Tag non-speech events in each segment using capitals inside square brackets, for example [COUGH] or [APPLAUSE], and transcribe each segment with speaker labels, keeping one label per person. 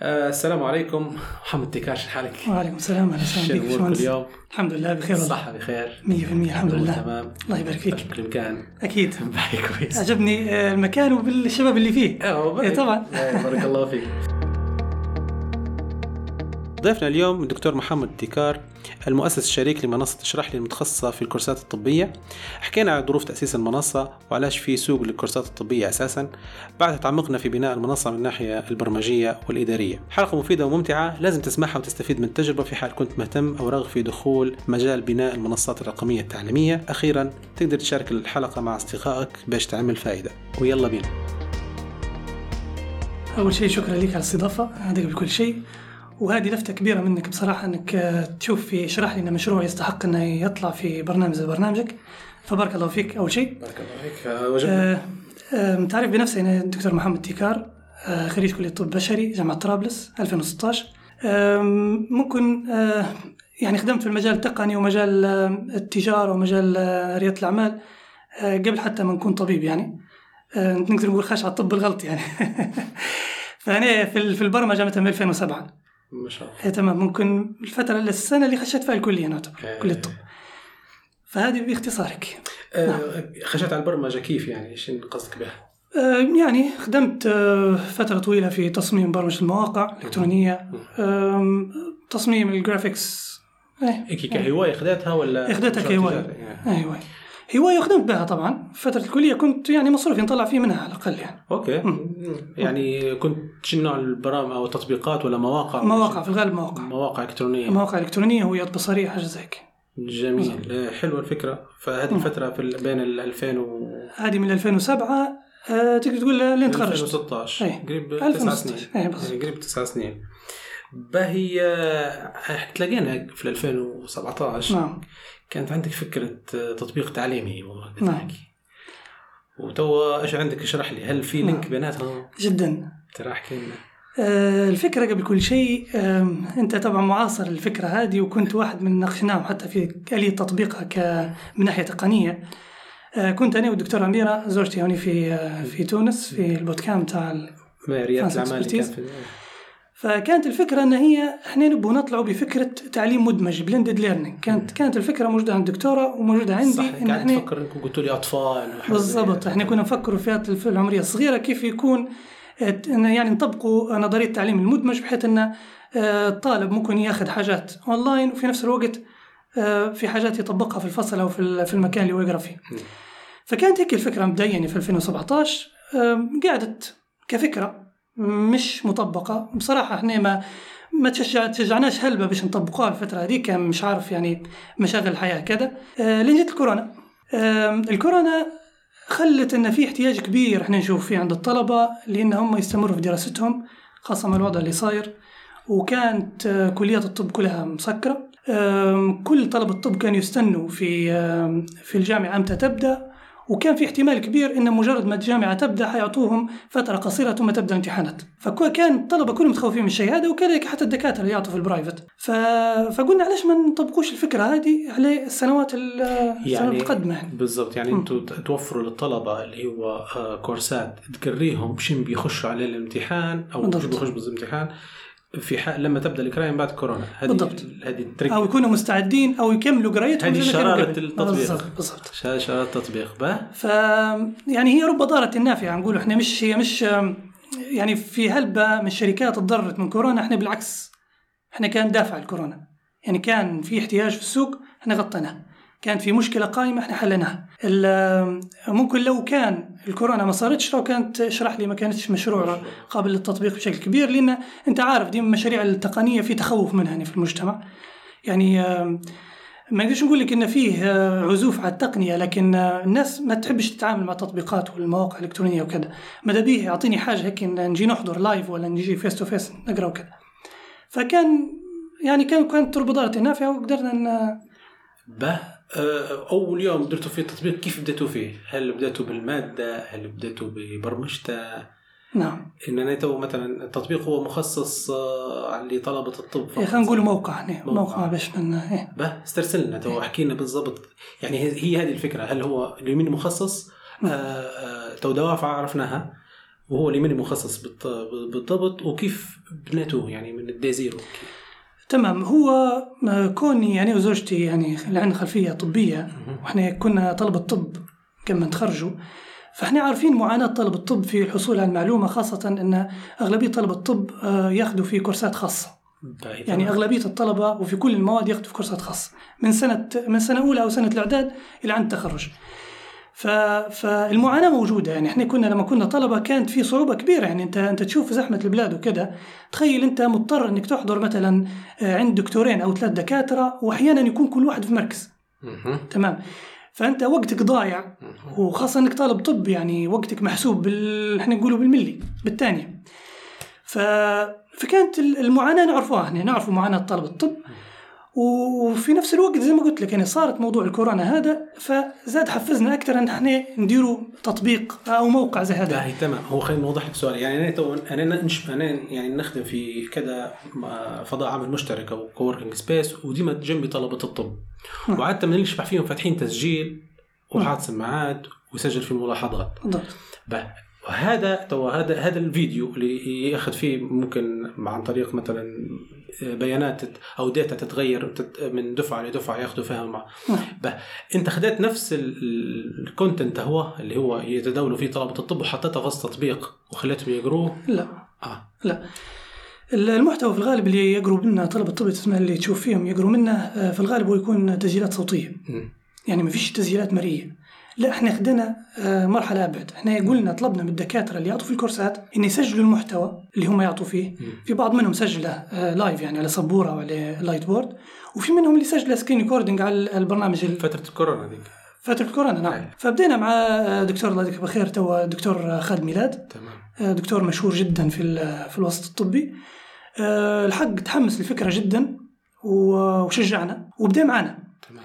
Speaker 1: آه، السلام عليكم محمد تيكاش شو حالك؟
Speaker 2: وعليكم السلام اهلا
Speaker 1: شو
Speaker 2: وسهلا بك
Speaker 1: امورك
Speaker 2: باشمهندس
Speaker 1: اليوم؟
Speaker 2: الحمد لله بخير والله
Speaker 1: صحة بخير
Speaker 2: 100% الحمد لله
Speaker 1: تمام
Speaker 2: الله يبارك فيك
Speaker 1: بشكل [LAUGHS] الامكان
Speaker 2: اكيد
Speaker 1: باي كويس
Speaker 2: عجبني آه، المكان وبالشباب اللي
Speaker 1: [LAUGHS]
Speaker 2: فيه
Speaker 1: أيوة،
Speaker 2: إيه، طبعا
Speaker 1: إيه، بارك الله فيك ضيفنا اليوم الدكتور محمد ديكار المؤسس الشريك لمنصة اشرح لي المتخصصة في الكورسات الطبية حكينا عن ظروف تأسيس المنصة وعلاش في سوق للكورسات الطبية أساسا بعدها تعمقنا في بناء المنصة من الناحية البرمجية والإدارية حلقة مفيدة وممتعة لازم تسمعها وتستفيد من التجربة في حال كنت مهتم أو راغب في دخول مجال بناء المنصات الرقمية التعليمية أخيرا تقدر تشارك الحلقة مع أصدقائك باش تعمل فائدة ويلا بينا
Speaker 2: اول شيء شكرا لك على الاستضافه هذا قبل كل شيء وهذه لفته كبيره منك بصراحه انك آه، تشوف في شرح لنا مشروع يستحق انه يطلع في برنامج زي برنامجك فبارك الله فيك اول شيء
Speaker 1: بارك الله فيك
Speaker 2: آه، آه، متعرف بنفسي انا الدكتور محمد تيكار آه، خريج كليه طب بشري جامعه طرابلس 2016 آم، ممكن آه، يعني خدمت في المجال التقني ومجال آم، التجاره ومجال آه، رياده الاعمال آه، قبل حتى ما نكون طبيب يعني آه، نقدر نقول خاش على الطب الغلط يعني [LAUGHS] فانا في ال- في البرمجه مثلا من 2007
Speaker 1: ما شاء الله
Speaker 2: إيه تمام ممكن الفتره السنه اللي خشيت فيها الكليه انا
Speaker 1: إيه.
Speaker 2: أعتبر كليه الطب فهذه باختصارك
Speaker 1: آه، خشيت على البرمجه كيف يعني ايش قصدك بها؟
Speaker 2: آه، يعني خدمت آه، فترة طويلة في تصميم برمجة المواقع الإلكترونية آم، تصميم الجرافيكس إيه،
Speaker 1: هيك كهوايه خذتها ولا
Speaker 2: أخذتها
Speaker 1: مشروع
Speaker 2: كهواية.
Speaker 1: تجاري؟ يعني.
Speaker 2: أيوة هواية وخدمت بها طبعا فترة الكلية كنت يعني مصروف نطلع فيه منها على الأقل يعني
Speaker 1: اوكي يعني كنت شنو نوع البرامج او تطبيقات ولا مواقع
Speaker 2: مواقع في الغالب مواقع
Speaker 1: مواقع الكترونيه
Speaker 2: مواقع إلكترونية هويات بصرية حاجة زي هيك
Speaker 1: جميل آه، حلوه الفكره فهذه الفتره في ال- بين ال 2000 و
Speaker 2: هذه من 2007 آه، تقدر تقول لين تخرجت
Speaker 1: 2016
Speaker 2: إيه.
Speaker 1: قريب تسع
Speaker 2: 2016.
Speaker 1: سنين
Speaker 2: إيه، بالضبط.
Speaker 1: يعني قريب تسع سنين باهي آه، تلاقينا في 2017
Speaker 2: نعم
Speaker 1: كانت عندك فكرة تطبيق تعليمي والله
Speaker 2: نعم.
Speaker 1: نعم. وتوا ايش عندك اشرح لي هل في لينك
Speaker 2: نعم.
Speaker 1: بيناتهم
Speaker 2: جدا
Speaker 1: ترى احكي لنا
Speaker 2: آه، الفكرة قبل كل شيء آم، أنت طبعا معاصر الفكرة هذه وكنت واحد من ناقشناهم حتى في آلية تطبيقها ك... من ناحية تقنية آه، كنت أنا والدكتورة أميرة زوجتي هوني في آه، في تونس في البودكام تاع ال...
Speaker 1: ما ريادة
Speaker 2: فرانس
Speaker 1: الاعمال اللي كان
Speaker 2: إكسبرتيز.
Speaker 1: في
Speaker 2: فكانت الفكرة أن هي احنا نبغوا نطلعوا بفكرة تعليم مدمج بلندد ليرنينج كانت كانت الفكرة موجودة عند الدكتورة وموجودة عندي
Speaker 1: صح
Speaker 2: إن
Speaker 1: قاعد
Speaker 2: احنا
Speaker 1: تفكر انكم قلتوا لي اطفال وحاجة زي
Speaker 2: بالضبط
Speaker 1: كده.
Speaker 2: احنا كنا نفكر في فئة الفئة العمرية الصغيرة كيف يكون ات- إن يعني نطبقوا نظرية التعليم المدمج بحيث ان آه، الطالب ممكن ياخذ حاجات اونلاين وفي نفس الوقت آه، في حاجات يطبقها في الفصل او في ال- في المكان اللي هو يقرا فيه.
Speaker 1: نعم.
Speaker 2: فكانت هيك الفكرة مبدئيا في 2017 آم، قعدت كفكرة مش مطبقة بصراحة احنا ما ما تشجع تشجعناش هلبة باش نطبقوها الفترة هذيك مش عارف يعني مشاغل الحياة كذا آه، لين جت الكورونا آم، الكورونا خلت ان في احتياج كبير احنا نشوف فيه عند الطلبة لان هم يستمروا في دراستهم خاصة مع الوضع اللي صاير وكانت آه، كليات الطب كلها مسكرة آم، كل طلبة الطب كانوا يستنوا في آم، في الجامعة أمتى تبدأ وكان في احتمال كبير ان مجرد ما الجامعه تبدا حيعطوهم فتره قصيره ثم تبدا الامتحانات فكان الطلبه كلهم متخوفين من الشيء هذا وكذلك حتى الدكاتره اللي يعطوا في البرايفت ف... فقلنا علاش ما نطبقوش الفكره هذه على السنوات ال- آه، السنوات
Speaker 1: يعني
Speaker 2: المتقدمه يعني
Speaker 1: بالضبط يعني انتم توفروا للطلبه اللي هو آه، كورسات تقريهم شن بيخشوا عليه الامتحان او
Speaker 2: بالضبط.
Speaker 1: شو بيخش بالامتحان في حال لما تبدا القرايه من بعد كورونا هذه
Speaker 2: بالضبط.
Speaker 1: هذه الترك
Speaker 2: او يكونوا مستعدين او يكملوا قرايتهم
Speaker 1: هذه
Speaker 2: زي ما كانوا
Speaker 1: شرارة
Speaker 2: قبل.
Speaker 1: التطبيق.
Speaker 2: بالضبط بالضبط
Speaker 1: شا- شا- تطبيق به
Speaker 2: ف يعني هي رب ضارة نافعة نقول احنا مش هي مش يعني في هلبة من الشركات تضرت من كورونا احنا بالعكس احنا كان دافع الكورونا يعني كان في احتياج في السوق احنا غطيناه كانت في مشكلة قائمة احنا حليناها ال- ممكن لو كان الكورونا ما صارتش لو كانت اشرح لي ما كانتش مشروع قابل للتطبيق بشكل كبير لان انت عارف ديما المشاريع التقنية في تخوف منها يعني في المجتمع يعني آم، ما نقدرش نقول لك ان فيه آه، عزوف على التقنيه لكن آه، الناس ما تحبش تتعامل مع التطبيقات والمواقع الالكترونيه وكذا ماذا بيه يعطيني حاجه هيك إن نجي نحضر لايف ولا نجي فيس تو فيس نقرا وكذا فكان يعني كان كانت تربط دارتي نافعه وقدرنا ان
Speaker 1: به آه، اول يوم درتوا فيه التطبيق كيف بديتوا فيه؟ هل بديتوا بالماده؟ هل بديتوا ببرمجتها؟
Speaker 2: نعم
Speaker 1: ان انا تو مثلا التطبيق هو مخصص آه، لطلبه الطب فقط.
Speaker 2: إيه، خلينا نقول موقع هنا
Speaker 1: موقع.
Speaker 2: موقع باش من إيه.
Speaker 1: به استرسلنا تو احكي لنا بالضبط يعني هي هي هذه الفكره هل هو لمين مخصص؟ آه، آه، تو دوافع عرفناها وهو اللي ماني مخصص بالط- بالضبط وكيف بنيته يعني من الدي زيرو
Speaker 2: تمام هو آه، كوني يعني وزوجتي يعني اللي عندنا خلفيه طبيه واحنا كنا طلبه طب لما تخرجوا فاحنا عارفين معاناه طلبه الطب في الحصول على المعلومه خاصه ان اغلبيه طلبه الطب آه، ياخذوا في كورسات خاصه يعني اغلبيه الطلبه وفي كل المواد ياخذوا في كورسات خاصه من سنه من سنه اولى او سنه الاعداد الى عند التخرج ف... فالمعاناه موجوده يعني احنا كنا لما كنا طلبه كانت في صعوبه كبيره يعني انت انت تشوف زحمه البلاد وكذا تخيل انت مضطر انك تحضر مثلا آه، عند دكتورين او ثلاث دكاتره واحيانا يكون كل واحد في مركز تمام فانت وقتك ضايع وخاصة انك طالب طب يعني وقتك محسوب بال احنا نقوله بالملي بالثانية. ف... فكانت ال- المعاناة نعرفوها احنا نعرف معاناة طالب الطب و- وفي نفس الوقت زي ما قلت لك يعني صارت موضوع الكورونا هذا فزاد حفزنا اكثر ان احنا نديروا تطبيق او موقع زي هذا.
Speaker 1: باهي تمام هو خلينا نوضح لك سؤال يعني انا تو انا ننش- انا يعني نخدم في كذا م- فضاء عمل مشترك او كووركينج سبيس وديما جنبي طلبه الطب
Speaker 2: نعم.
Speaker 1: وعاده ما نشبح فيهم فاتحين تسجيل وحاط سماعات ويسجل في الملاحظات
Speaker 2: بالضبط.
Speaker 1: باه. وهذا تو هذا هذا الفيديو اللي ياخذ فيه ممكن عن طريق مثلا بيانات او داتا تتغير تت- من دفعه لدفعه ياخذوا فيها مع
Speaker 2: نعم.
Speaker 1: به انت خديت نفس الكونتنت هو اللي هو يتداولوا فيه طلبه الطب وحطيته في وسط تطبيق وخليتهم يقروه
Speaker 2: لا
Speaker 1: اه
Speaker 2: ال- المحتوى في الغالب اللي يقروا منا طلبة الطب تسمع اللي تشوف فيهم يقروا منا آه، في الغالب هو يكون تسجيلات صوتية.
Speaker 1: مم.
Speaker 2: يعني ما فيش تسجيلات مرئيه لا احنا خدنا آه، مرحله ابعد احنا قلنا طلبنا من الدكاتره اللي يعطوا في الكورسات ان يسجلوا المحتوى اللي هم يعطوا فيه
Speaker 1: مم.
Speaker 2: في بعض منهم سجله آه، لايف يعني على سبوره او على لايت بورد وفي منهم اللي سجله سكرين ريكوردنج على البرنامج ال-
Speaker 1: فتره الكورونا هذيك
Speaker 2: فتره الكورونا نعم
Speaker 1: أي.
Speaker 2: فبدينا مع آه، دكتور الله يذكره بالخير تو دكتور آه، خالد ميلاد آه،
Speaker 1: تمام
Speaker 2: دكتور مشهور جدا في ال- في الوسط الطبي آه، الحق تحمس للفكره جدا و- وشجعنا وبدا معنا
Speaker 1: تمام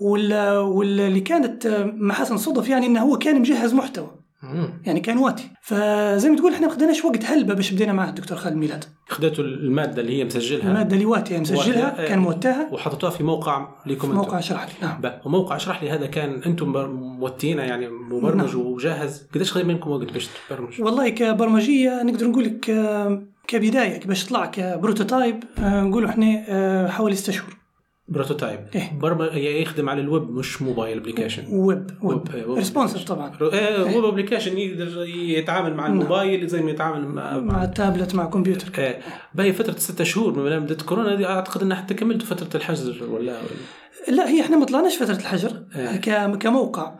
Speaker 2: وال- واللي كانت محاسن صدف يعني انه هو كان مجهز محتوى
Speaker 1: مم.
Speaker 2: يعني كان واتي فزي ما تقول احنا ما خدناش وقت هلبه باش بدينا معاه الدكتور خالد ميلاد
Speaker 1: خديتوا الماده اللي هي مسجلها
Speaker 2: الماده اللي واتي يعني مسجلها
Speaker 1: آه. واتي. آه،
Speaker 2: كان موتاها
Speaker 1: وحطيتوها في موقع
Speaker 2: في
Speaker 1: لكم انتم.
Speaker 2: موقع شرح لي نعم
Speaker 1: بقى. وموقع اشرح لي هذا كان انتم بر- موتينه يعني مبرمج
Speaker 2: نعم.
Speaker 1: وجاهز قديش خذ منكم وقت باش تبرمج
Speaker 2: والله كبرمجيه نقدر نقول لك آه، كبدايه باش طلع كبروتوتايب آه، نقولوا احنا آه، حوالي ست شهور
Speaker 1: بروتوتايب
Speaker 2: إيه.
Speaker 1: برمج يخدم على الويب مش موبايل ابلكيشن
Speaker 2: ويب ويب
Speaker 1: ويب- آه، ويب
Speaker 2: ريسبونسيف طبعا
Speaker 1: ايه ويب ابلكيشن يقدر يتعامل مع
Speaker 2: إيه. نعم.
Speaker 1: الموبايل زي ما يتعامل مع,
Speaker 2: مع التابلت مع الكمبيوتر
Speaker 1: ايه باهي فترة ستة شهور من لما بدأت كورونا دي اعتقد انها حتى كملت فترة الحجر ولا ولا-
Speaker 2: لا هي احنا ما طلعناش فتره الحجر
Speaker 1: إيه.
Speaker 2: ك- كموقع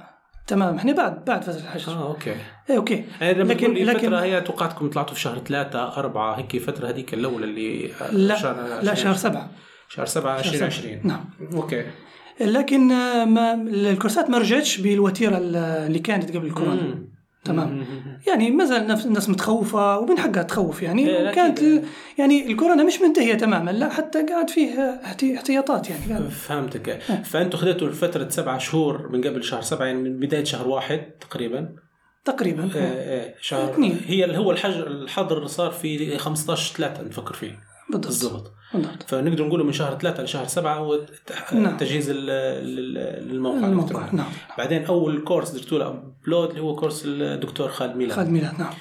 Speaker 2: تمام احنا بعد بعد فتره الحجر
Speaker 1: اه اوكي
Speaker 2: ايه اوكي
Speaker 1: يعني لما
Speaker 2: لكن-
Speaker 1: لكن
Speaker 2: لكن-
Speaker 1: الفترة هي توقعتكم طلعتوا في شهر ثلاثة أربعة هيك الفترة هذيك الأولى اللي
Speaker 2: لا
Speaker 1: شهر
Speaker 2: لا
Speaker 1: عشرين-
Speaker 2: شهر سبعة
Speaker 1: شهر سبعة
Speaker 2: شهر
Speaker 1: 2020
Speaker 2: سبعة. نعم
Speaker 1: اوكي
Speaker 2: لكن آه، ما الكورسات ما رجعتش بالوتيره ال- آه، اللي كانت قبل الكورونا
Speaker 1: مم.
Speaker 2: تمام.
Speaker 1: مم.
Speaker 2: يعني ما زال نفس الناس متخوفه ومن حقها تخوف
Speaker 1: إيه،
Speaker 2: يعني
Speaker 1: أكيد.
Speaker 2: كانت ال- يعني الكورونا مش منتهيه تماما لا حتى قاعد فيه آه، احتي- احتياطات يعني
Speaker 1: إيه.
Speaker 2: قاعد-
Speaker 1: فهمتك
Speaker 2: آه.
Speaker 1: فانتم خذيتوا الفترة سبعة شهور من قبل شهر سبعة يعني من بداية شهر واحد تقريبا
Speaker 2: تقريبا آه،
Speaker 1: آه، آه، شهر
Speaker 2: اثنين.
Speaker 1: هي اللي هو الحجر الحظر صار في 15 3 نفكر فيه
Speaker 2: بالضبط
Speaker 1: بالضبط
Speaker 2: بالضبط
Speaker 1: فنقدر نقوله من شهر ثلاثة لشهر سبعة هو الت-
Speaker 2: نعم.
Speaker 1: تجهيز ال- لل- للموقع
Speaker 2: الموقع
Speaker 1: الإلكتروني.
Speaker 2: نعم
Speaker 1: بعدين اول كورس درتوا له ابلود اللي هو كورس الدكتور خالد ميلاد
Speaker 2: خالد ميلاد نعم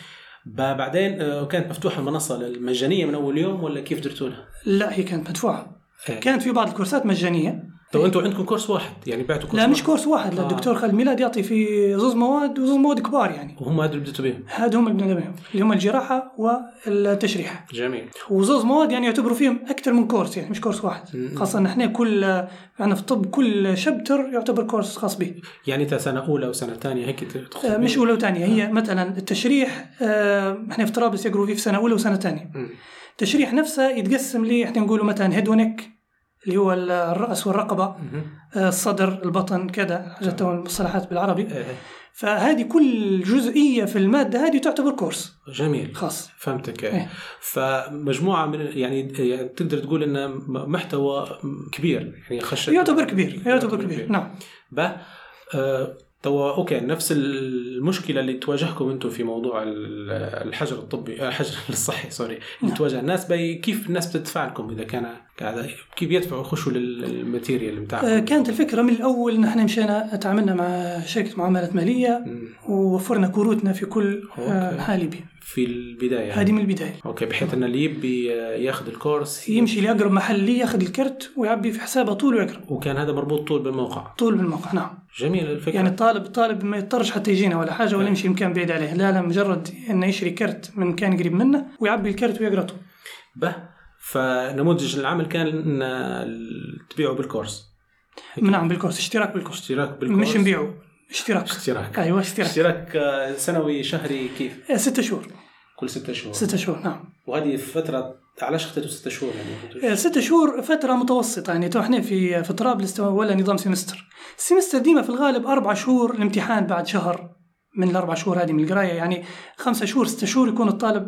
Speaker 1: ب- بعدين آه، كانت مفتوحه المنصه المجانيه من اول يوم ولا كيف درتوا لها؟
Speaker 2: لا هي كانت مدفوعه
Speaker 1: إيه.
Speaker 2: كانت في بعض الكورسات مجانيه
Speaker 1: تو انتم آه، عندكم كورس واحد يعني بعتوا كورس
Speaker 2: لا مش
Speaker 1: واحد.
Speaker 2: كورس واحد لا
Speaker 1: آه.
Speaker 2: الدكتور خالد ميلاد يعطي في زوز مواد وزوز مواد كبار يعني
Speaker 1: وهم هذول بديتوا بهم
Speaker 2: هاد هم اللي بدنا بهم اللي هم الجراحه والتشريح
Speaker 1: جميل
Speaker 2: وزوز مواد يعني يعتبروا فيهم اكثر من كورس يعني مش كورس واحد
Speaker 1: مم.
Speaker 2: خاصه ان احنا كل عندنا في الطب كل شابتر يعتبر كورس خاص به
Speaker 1: يعني تا سنه اولى وسنه ثانيه هيك
Speaker 2: آه،
Speaker 1: تدخل
Speaker 2: مش اولى وثانيه هي مثلا التشريح آه، احنا في طرابلس يقروا فيه في سنه اولى وسنه ثانيه
Speaker 1: مم.
Speaker 2: التشريح نفسه يتقسم لي احنا نقوله مثلا هيد ونك اللي هو ال- الراس والرقبه
Speaker 1: مم.
Speaker 2: آه، الصدر البطن كذا حاجات المصطلحات بالعربي
Speaker 1: آه،
Speaker 2: فهذه كل جزئيه في الماده هذه تعتبر كورس
Speaker 1: جميل
Speaker 2: خاص
Speaker 1: فهمتك
Speaker 2: إيه.
Speaker 1: فمجموعه من يعني يعني تقدر تقول انه م- محتوى كبير يعني خش
Speaker 2: يعتبر كبير يعتبر كبير نعم
Speaker 1: به آه، توا اوكي نفس المشكله اللي تواجهكم انتم في موضوع ال- الحجر الطبي آه، الحجر [LAUGHS] الصحي سوري اللي
Speaker 2: نعم.
Speaker 1: تواجه الناس بي كيف الناس بتدفع لكم اذا كان قاعده كيف يدفعوا يخشوا للماتيريال
Speaker 2: آه،
Speaker 1: بتاعكم
Speaker 2: كانت الفكره من الاول ان احنا مشينا تعاملنا مع شركه معاملات ماليه
Speaker 1: مم.
Speaker 2: ووفرنا كروتنا في كل آه،
Speaker 1: أوكي.
Speaker 2: حالي به
Speaker 1: في البدايه
Speaker 2: هذه من البدايه
Speaker 1: اوكي بحيث ان اللي يبي ياخذ الكورس
Speaker 2: يمشي لاقرب محل ليه ياخذ الكرت ويعبي في حسابه طول ويقرا
Speaker 1: وكان هذا مربوط طول بالموقع
Speaker 2: طول بالموقع نعم
Speaker 1: جميل الفكره
Speaker 2: يعني
Speaker 1: يعني
Speaker 2: الطالب الطالب ما يضطرش حتى يجينا ولا حاجه ولا يمشي مكان بعيد عليه لا لا مجرد انه يشري كرت من مكان قريب منه ويعبي الكرت ويقرا طول
Speaker 1: به فنموذج العمل كان ان ال- تبيعه بالكورس هيك.
Speaker 2: نعم بالكورس اشتراك بالكورس
Speaker 1: اشتراك بالكورس
Speaker 2: مش نبيعه اشتراك
Speaker 1: اشتراك
Speaker 2: ايوه اشتراك
Speaker 1: اشتراك آه، سنوي شهري كيف؟
Speaker 2: آه، ستة شهور
Speaker 1: كل ستة شهور
Speaker 2: ستة شهور نعم
Speaker 1: وهذه فترة علاش اخذته ستة شهور يعني
Speaker 2: آه، ستة شهور فترة متوسطة يعني تو احنا في في طرابلس تو ولا نظام سيمستر السيمستر ديما في الغالب أربع شهور الامتحان بعد شهر من الأربع شهور هذه من القراية يعني خمسة شهور ستة شهور يكون الطالب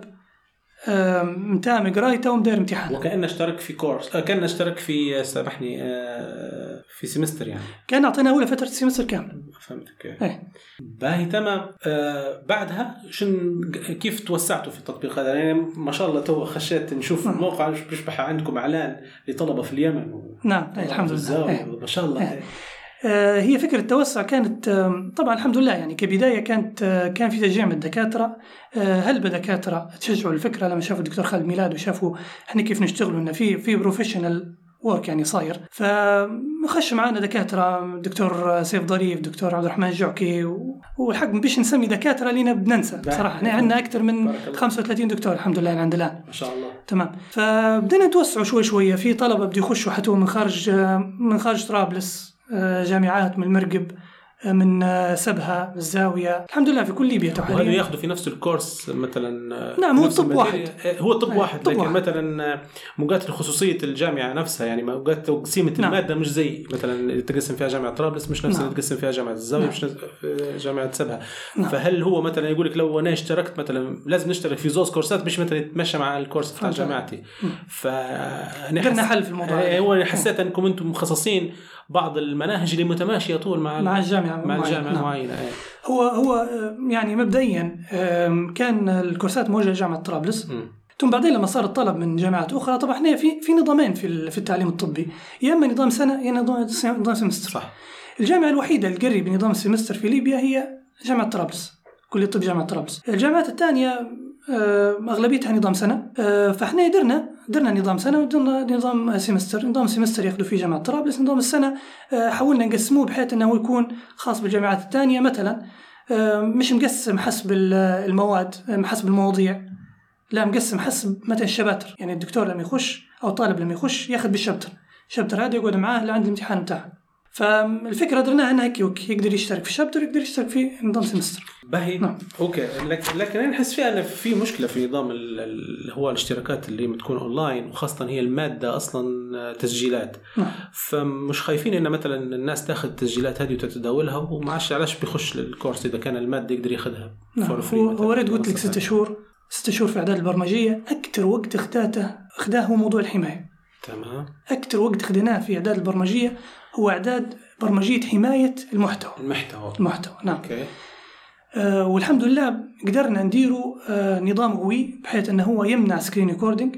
Speaker 2: آم، متام قرايته ومداير امتحان
Speaker 1: وكأنه اشترك في كورس آه، كأنه اشترك في آه، سامحني آه، في سيمستر يعني
Speaker 2: كان أعطينا أولى فترة السيمستر كامل
Speaker 1: فهمتك
Speaker 2: إيه.
Speaker 1: باهي تمام آه بعدها شن كيف توسعتوا في التطبيق هذا يعني ما شاء الله تو خشيت نشوف
Speaker 2: نعم.
Speaker 1: الموقع يشبح عندكم اعلان لطلبه في اليمن و...
Speaker 2: نعم إيه، الحمد لله
Speaker 1: والزاوية،
Speaker 2: إيه.
Speaker 1: ما شاء الله
Speaker 2: إيه. آه، هي فكرة التوسع كانت آم، طبعا الحمد لله يعني كبداية كانت آه، كان في تشجيع من الدكاترة آه، هلبة دكاترة تشجعوا الفكرة لما شافوا الدكتور خالد ميلاد وشافوا احنا كيف نشتغلوا انه في في بروفيشنال ورك يعني صاير فخش معانا دكاترة دكتور سيف ظريف دكتور عبد الرحمن الجعكي و- والحق مش نسمي دكاترة لينا بننسى بصراحة احنا عندنا أكثر من
Speaker 1: نعم. بارك الله.
Speaker 2: 35 دكتور الحمد لله عند الآن
Speaker 1: ما شاء الله
Speaker 2: تمام فبدينا نتوسعوا شوي شوية في طلبة بده يخشوا حتى من خارج من خارج طرابلس آه، جامعات من المرقب آه، من آه، سبها من الزاوية الحمد لله في كل ليبيا تو
Speaker 1: وهذا
Speaker 2: حاليا
Speaker 1: ياخذوا في نفس الكورس مثلا آه،
Speaker 2: نعم، هو
Speaker 1: نفس
Speaker 2: طب
Speaker 1: الماتيريال. آه، هو طب
Speaker 2: آه،
Speaker 1: واحد
Speaker 2: طب
Speaker 1: لكن
Speaker 2: واحد.
Speaker 1: مثلا آه، موقات خصوصيه الجامعه نفسها يعني موقات تقسيمه
Speaker 2: نعم.
Speaker 1: الماده مش زي مثلا اللي تقسم فيها جامعه طرابلس مش نفس
Speaker 2: نعم.
Speaker 1: اللي تقسم فيها جامعه الزاويه
Speaker 2: نعم.
Speaker 1: مش نفس آه، جامعه سبها
Speaker 2: نعم.
Speaker 1: فهل هو مثلا يقول لك لو انا اشتركت مثلا لازم نشترك في زوز كورسات مش مثلا يتمشى مع الكورس بتاع
Speaker 2: فهمت.
Speaker 1: جامعتي فانا
Speaker 2: درنا
Speaker 1: حس-
Speaker 2: حل في الموضوع
Speaker 1: آه،
Speaker 2: هذا.
Speaker 1: هو أنا حسيت انكم انتم مخصصين بعض المناهج اللي متماشيه طول مع ال-
Speaker 2: مع الجامعة
Speaker 1: مع الجامعه
Speaker 2: نعم.
Speaker 1: معينه آه.
Speaker 2: هو هو آه، يعني مبدئيا آم، كان الكورسات موجهة لجامعة طرابلس
Speaker 1: مم.
Speaker 2: ثم بعدين لما صار الطلب من جامعات أخرى طبعا احنا في في نظامين في ال- في التعليم الطبي يا إما نظام سنة يا نظام نظام سمستر
Speaker 1: صح
Speaker 2: الجامعة الوحيدة اللي تقرب نظام السمستر في ليبيا هي جامعة طرابلس كلية طب جامعة طرابلس الجامعات الثانية آه، أغلبيتها نظام سنة آه، فإحنا درنا درنا نظام سنة ودرنا نظام سمستر نظام سمستر ياخذوا فيه جامعة طرابلس نظام السنة آه، حاولنا نقسموه بحيث أنه يكون خاص بالجامعات الثانية مثلا آه، مش مقسم حسب ال- المواد آه، حسب المواضيع لا مقسم حسب مثلا الشباتر يعني الدكتور لما يخش أو الطالب لما يخش ياخذ بالشبتر الشبتر هذا يقعد معاه لعند الامتحان بتاعه فالفكره درناها انها كيوك يقدر يشترك في شابتر يقدر يشترك في نظام سمستر
Speaker 1: باهي
Speaker 2: نعم.
Speaker 1: اوكي لكن لكن انا نحس فيها ان في مشكله في نظام ال- ال- هو الاشتراكات اللي بتكون اونلاين وخاصه هي الماده اصلا تسجيلات
Speaker 2: نعم
Speaker 1: فمش خايفين ان مثلا الناس تاخذ التسجيلات هذه وتتداولها وما عادش علاش بيخش للكورس اذا كان الماده يقدر ياخذها
Speaker 2: نعم
Speaker 1: for free
Speaker 2: هو
Speaker 1: مثلاً.
Speaker 2: هو ريت قلت لك
Speaker 1: مثلاً.
Speaker 2: ستة شهور ستة شهور في اعداد البرمجيه اكثر وقت اخداته اخداه هو موضوع الحمايه
Speaker 1: تمام
Speaker 2: اكثر وقت اخدناه في اعداد البرمجيه هو اعداد برمجيه حمايه المحتوى
Speaker 1: المحتوى
Speaker 2: المحتوى نعم
Speaker 1: اوكي
Speaker 2: آه والحمد لله قدرنا نديروا آه نظام قوي بحيث انه هو يمنع سكرين ريكوردينج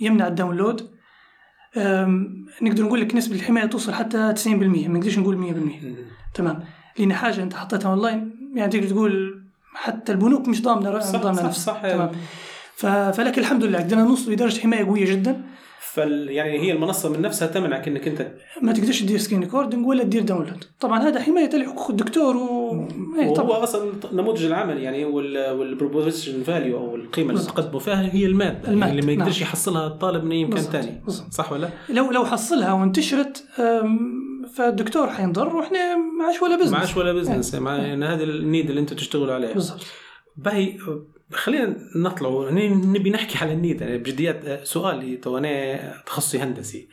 Speaker 2: يمنع الداونلود آم، نقدر نقول لك نسبه الحمايه توصل حتى 90% ما نقدرش نقول 100% تمام لان حاجه انت حطيتها اونلاين يعني تقدر تقول حتى البنوك مش ضامنه
Speaker 1: صح-
Speaker 2: ضامنه
Speaker 1: صح-
Speaker 2: نفسها
Speaker 1: صح.
Speaker 2: تمام ف- فلك الحمد لله قدرنا نوصل لدرجه حمايه قويه جدا
Speaker 1: فال يعني هي المنصه من نفسها تمنعك انك انت
Speaker 2: ما تقدرش تدير سكرين ريكوردنج ولا تدير داونلود طبعا هذا حمايه لحقوق الدكتور و إيه
Speaker 1: وهو
Speaker 2: طبعا
Speaker 1: اصلا نموذج العمل يعني والبروبوزيشن فاليو او القيمه اللي
Speaker 2: بالضبط.
Speaker 1: تقدموا فيها هي الماده,
Speaker 2: المادة،
Speaker 1: اللي ما
Speaker 2: نعم.
Speaker 1: يقدرش يحصلها الطالب من اي مكان
Speaker 2: بالضبط،
Speaker 1: ثاني
Speaker 2: بالضبط.
Speaker 1: صح ولا؟
Speaker 2: لو لو حصلها وانتشرت آم، فالدكتور حينضر واحنا معاش ولا بزنس
Speaker 1: معاش ولا بزنس مع يعني هذا النيد اللي انتم تشتغلوا عليه
Speaker 2: إيه، بالضبط
Speaker 1: باهي خلينا نطلع يعني نبي نحكي على النيد يعني بجديات سؤالي تو انا تخصصي هندسي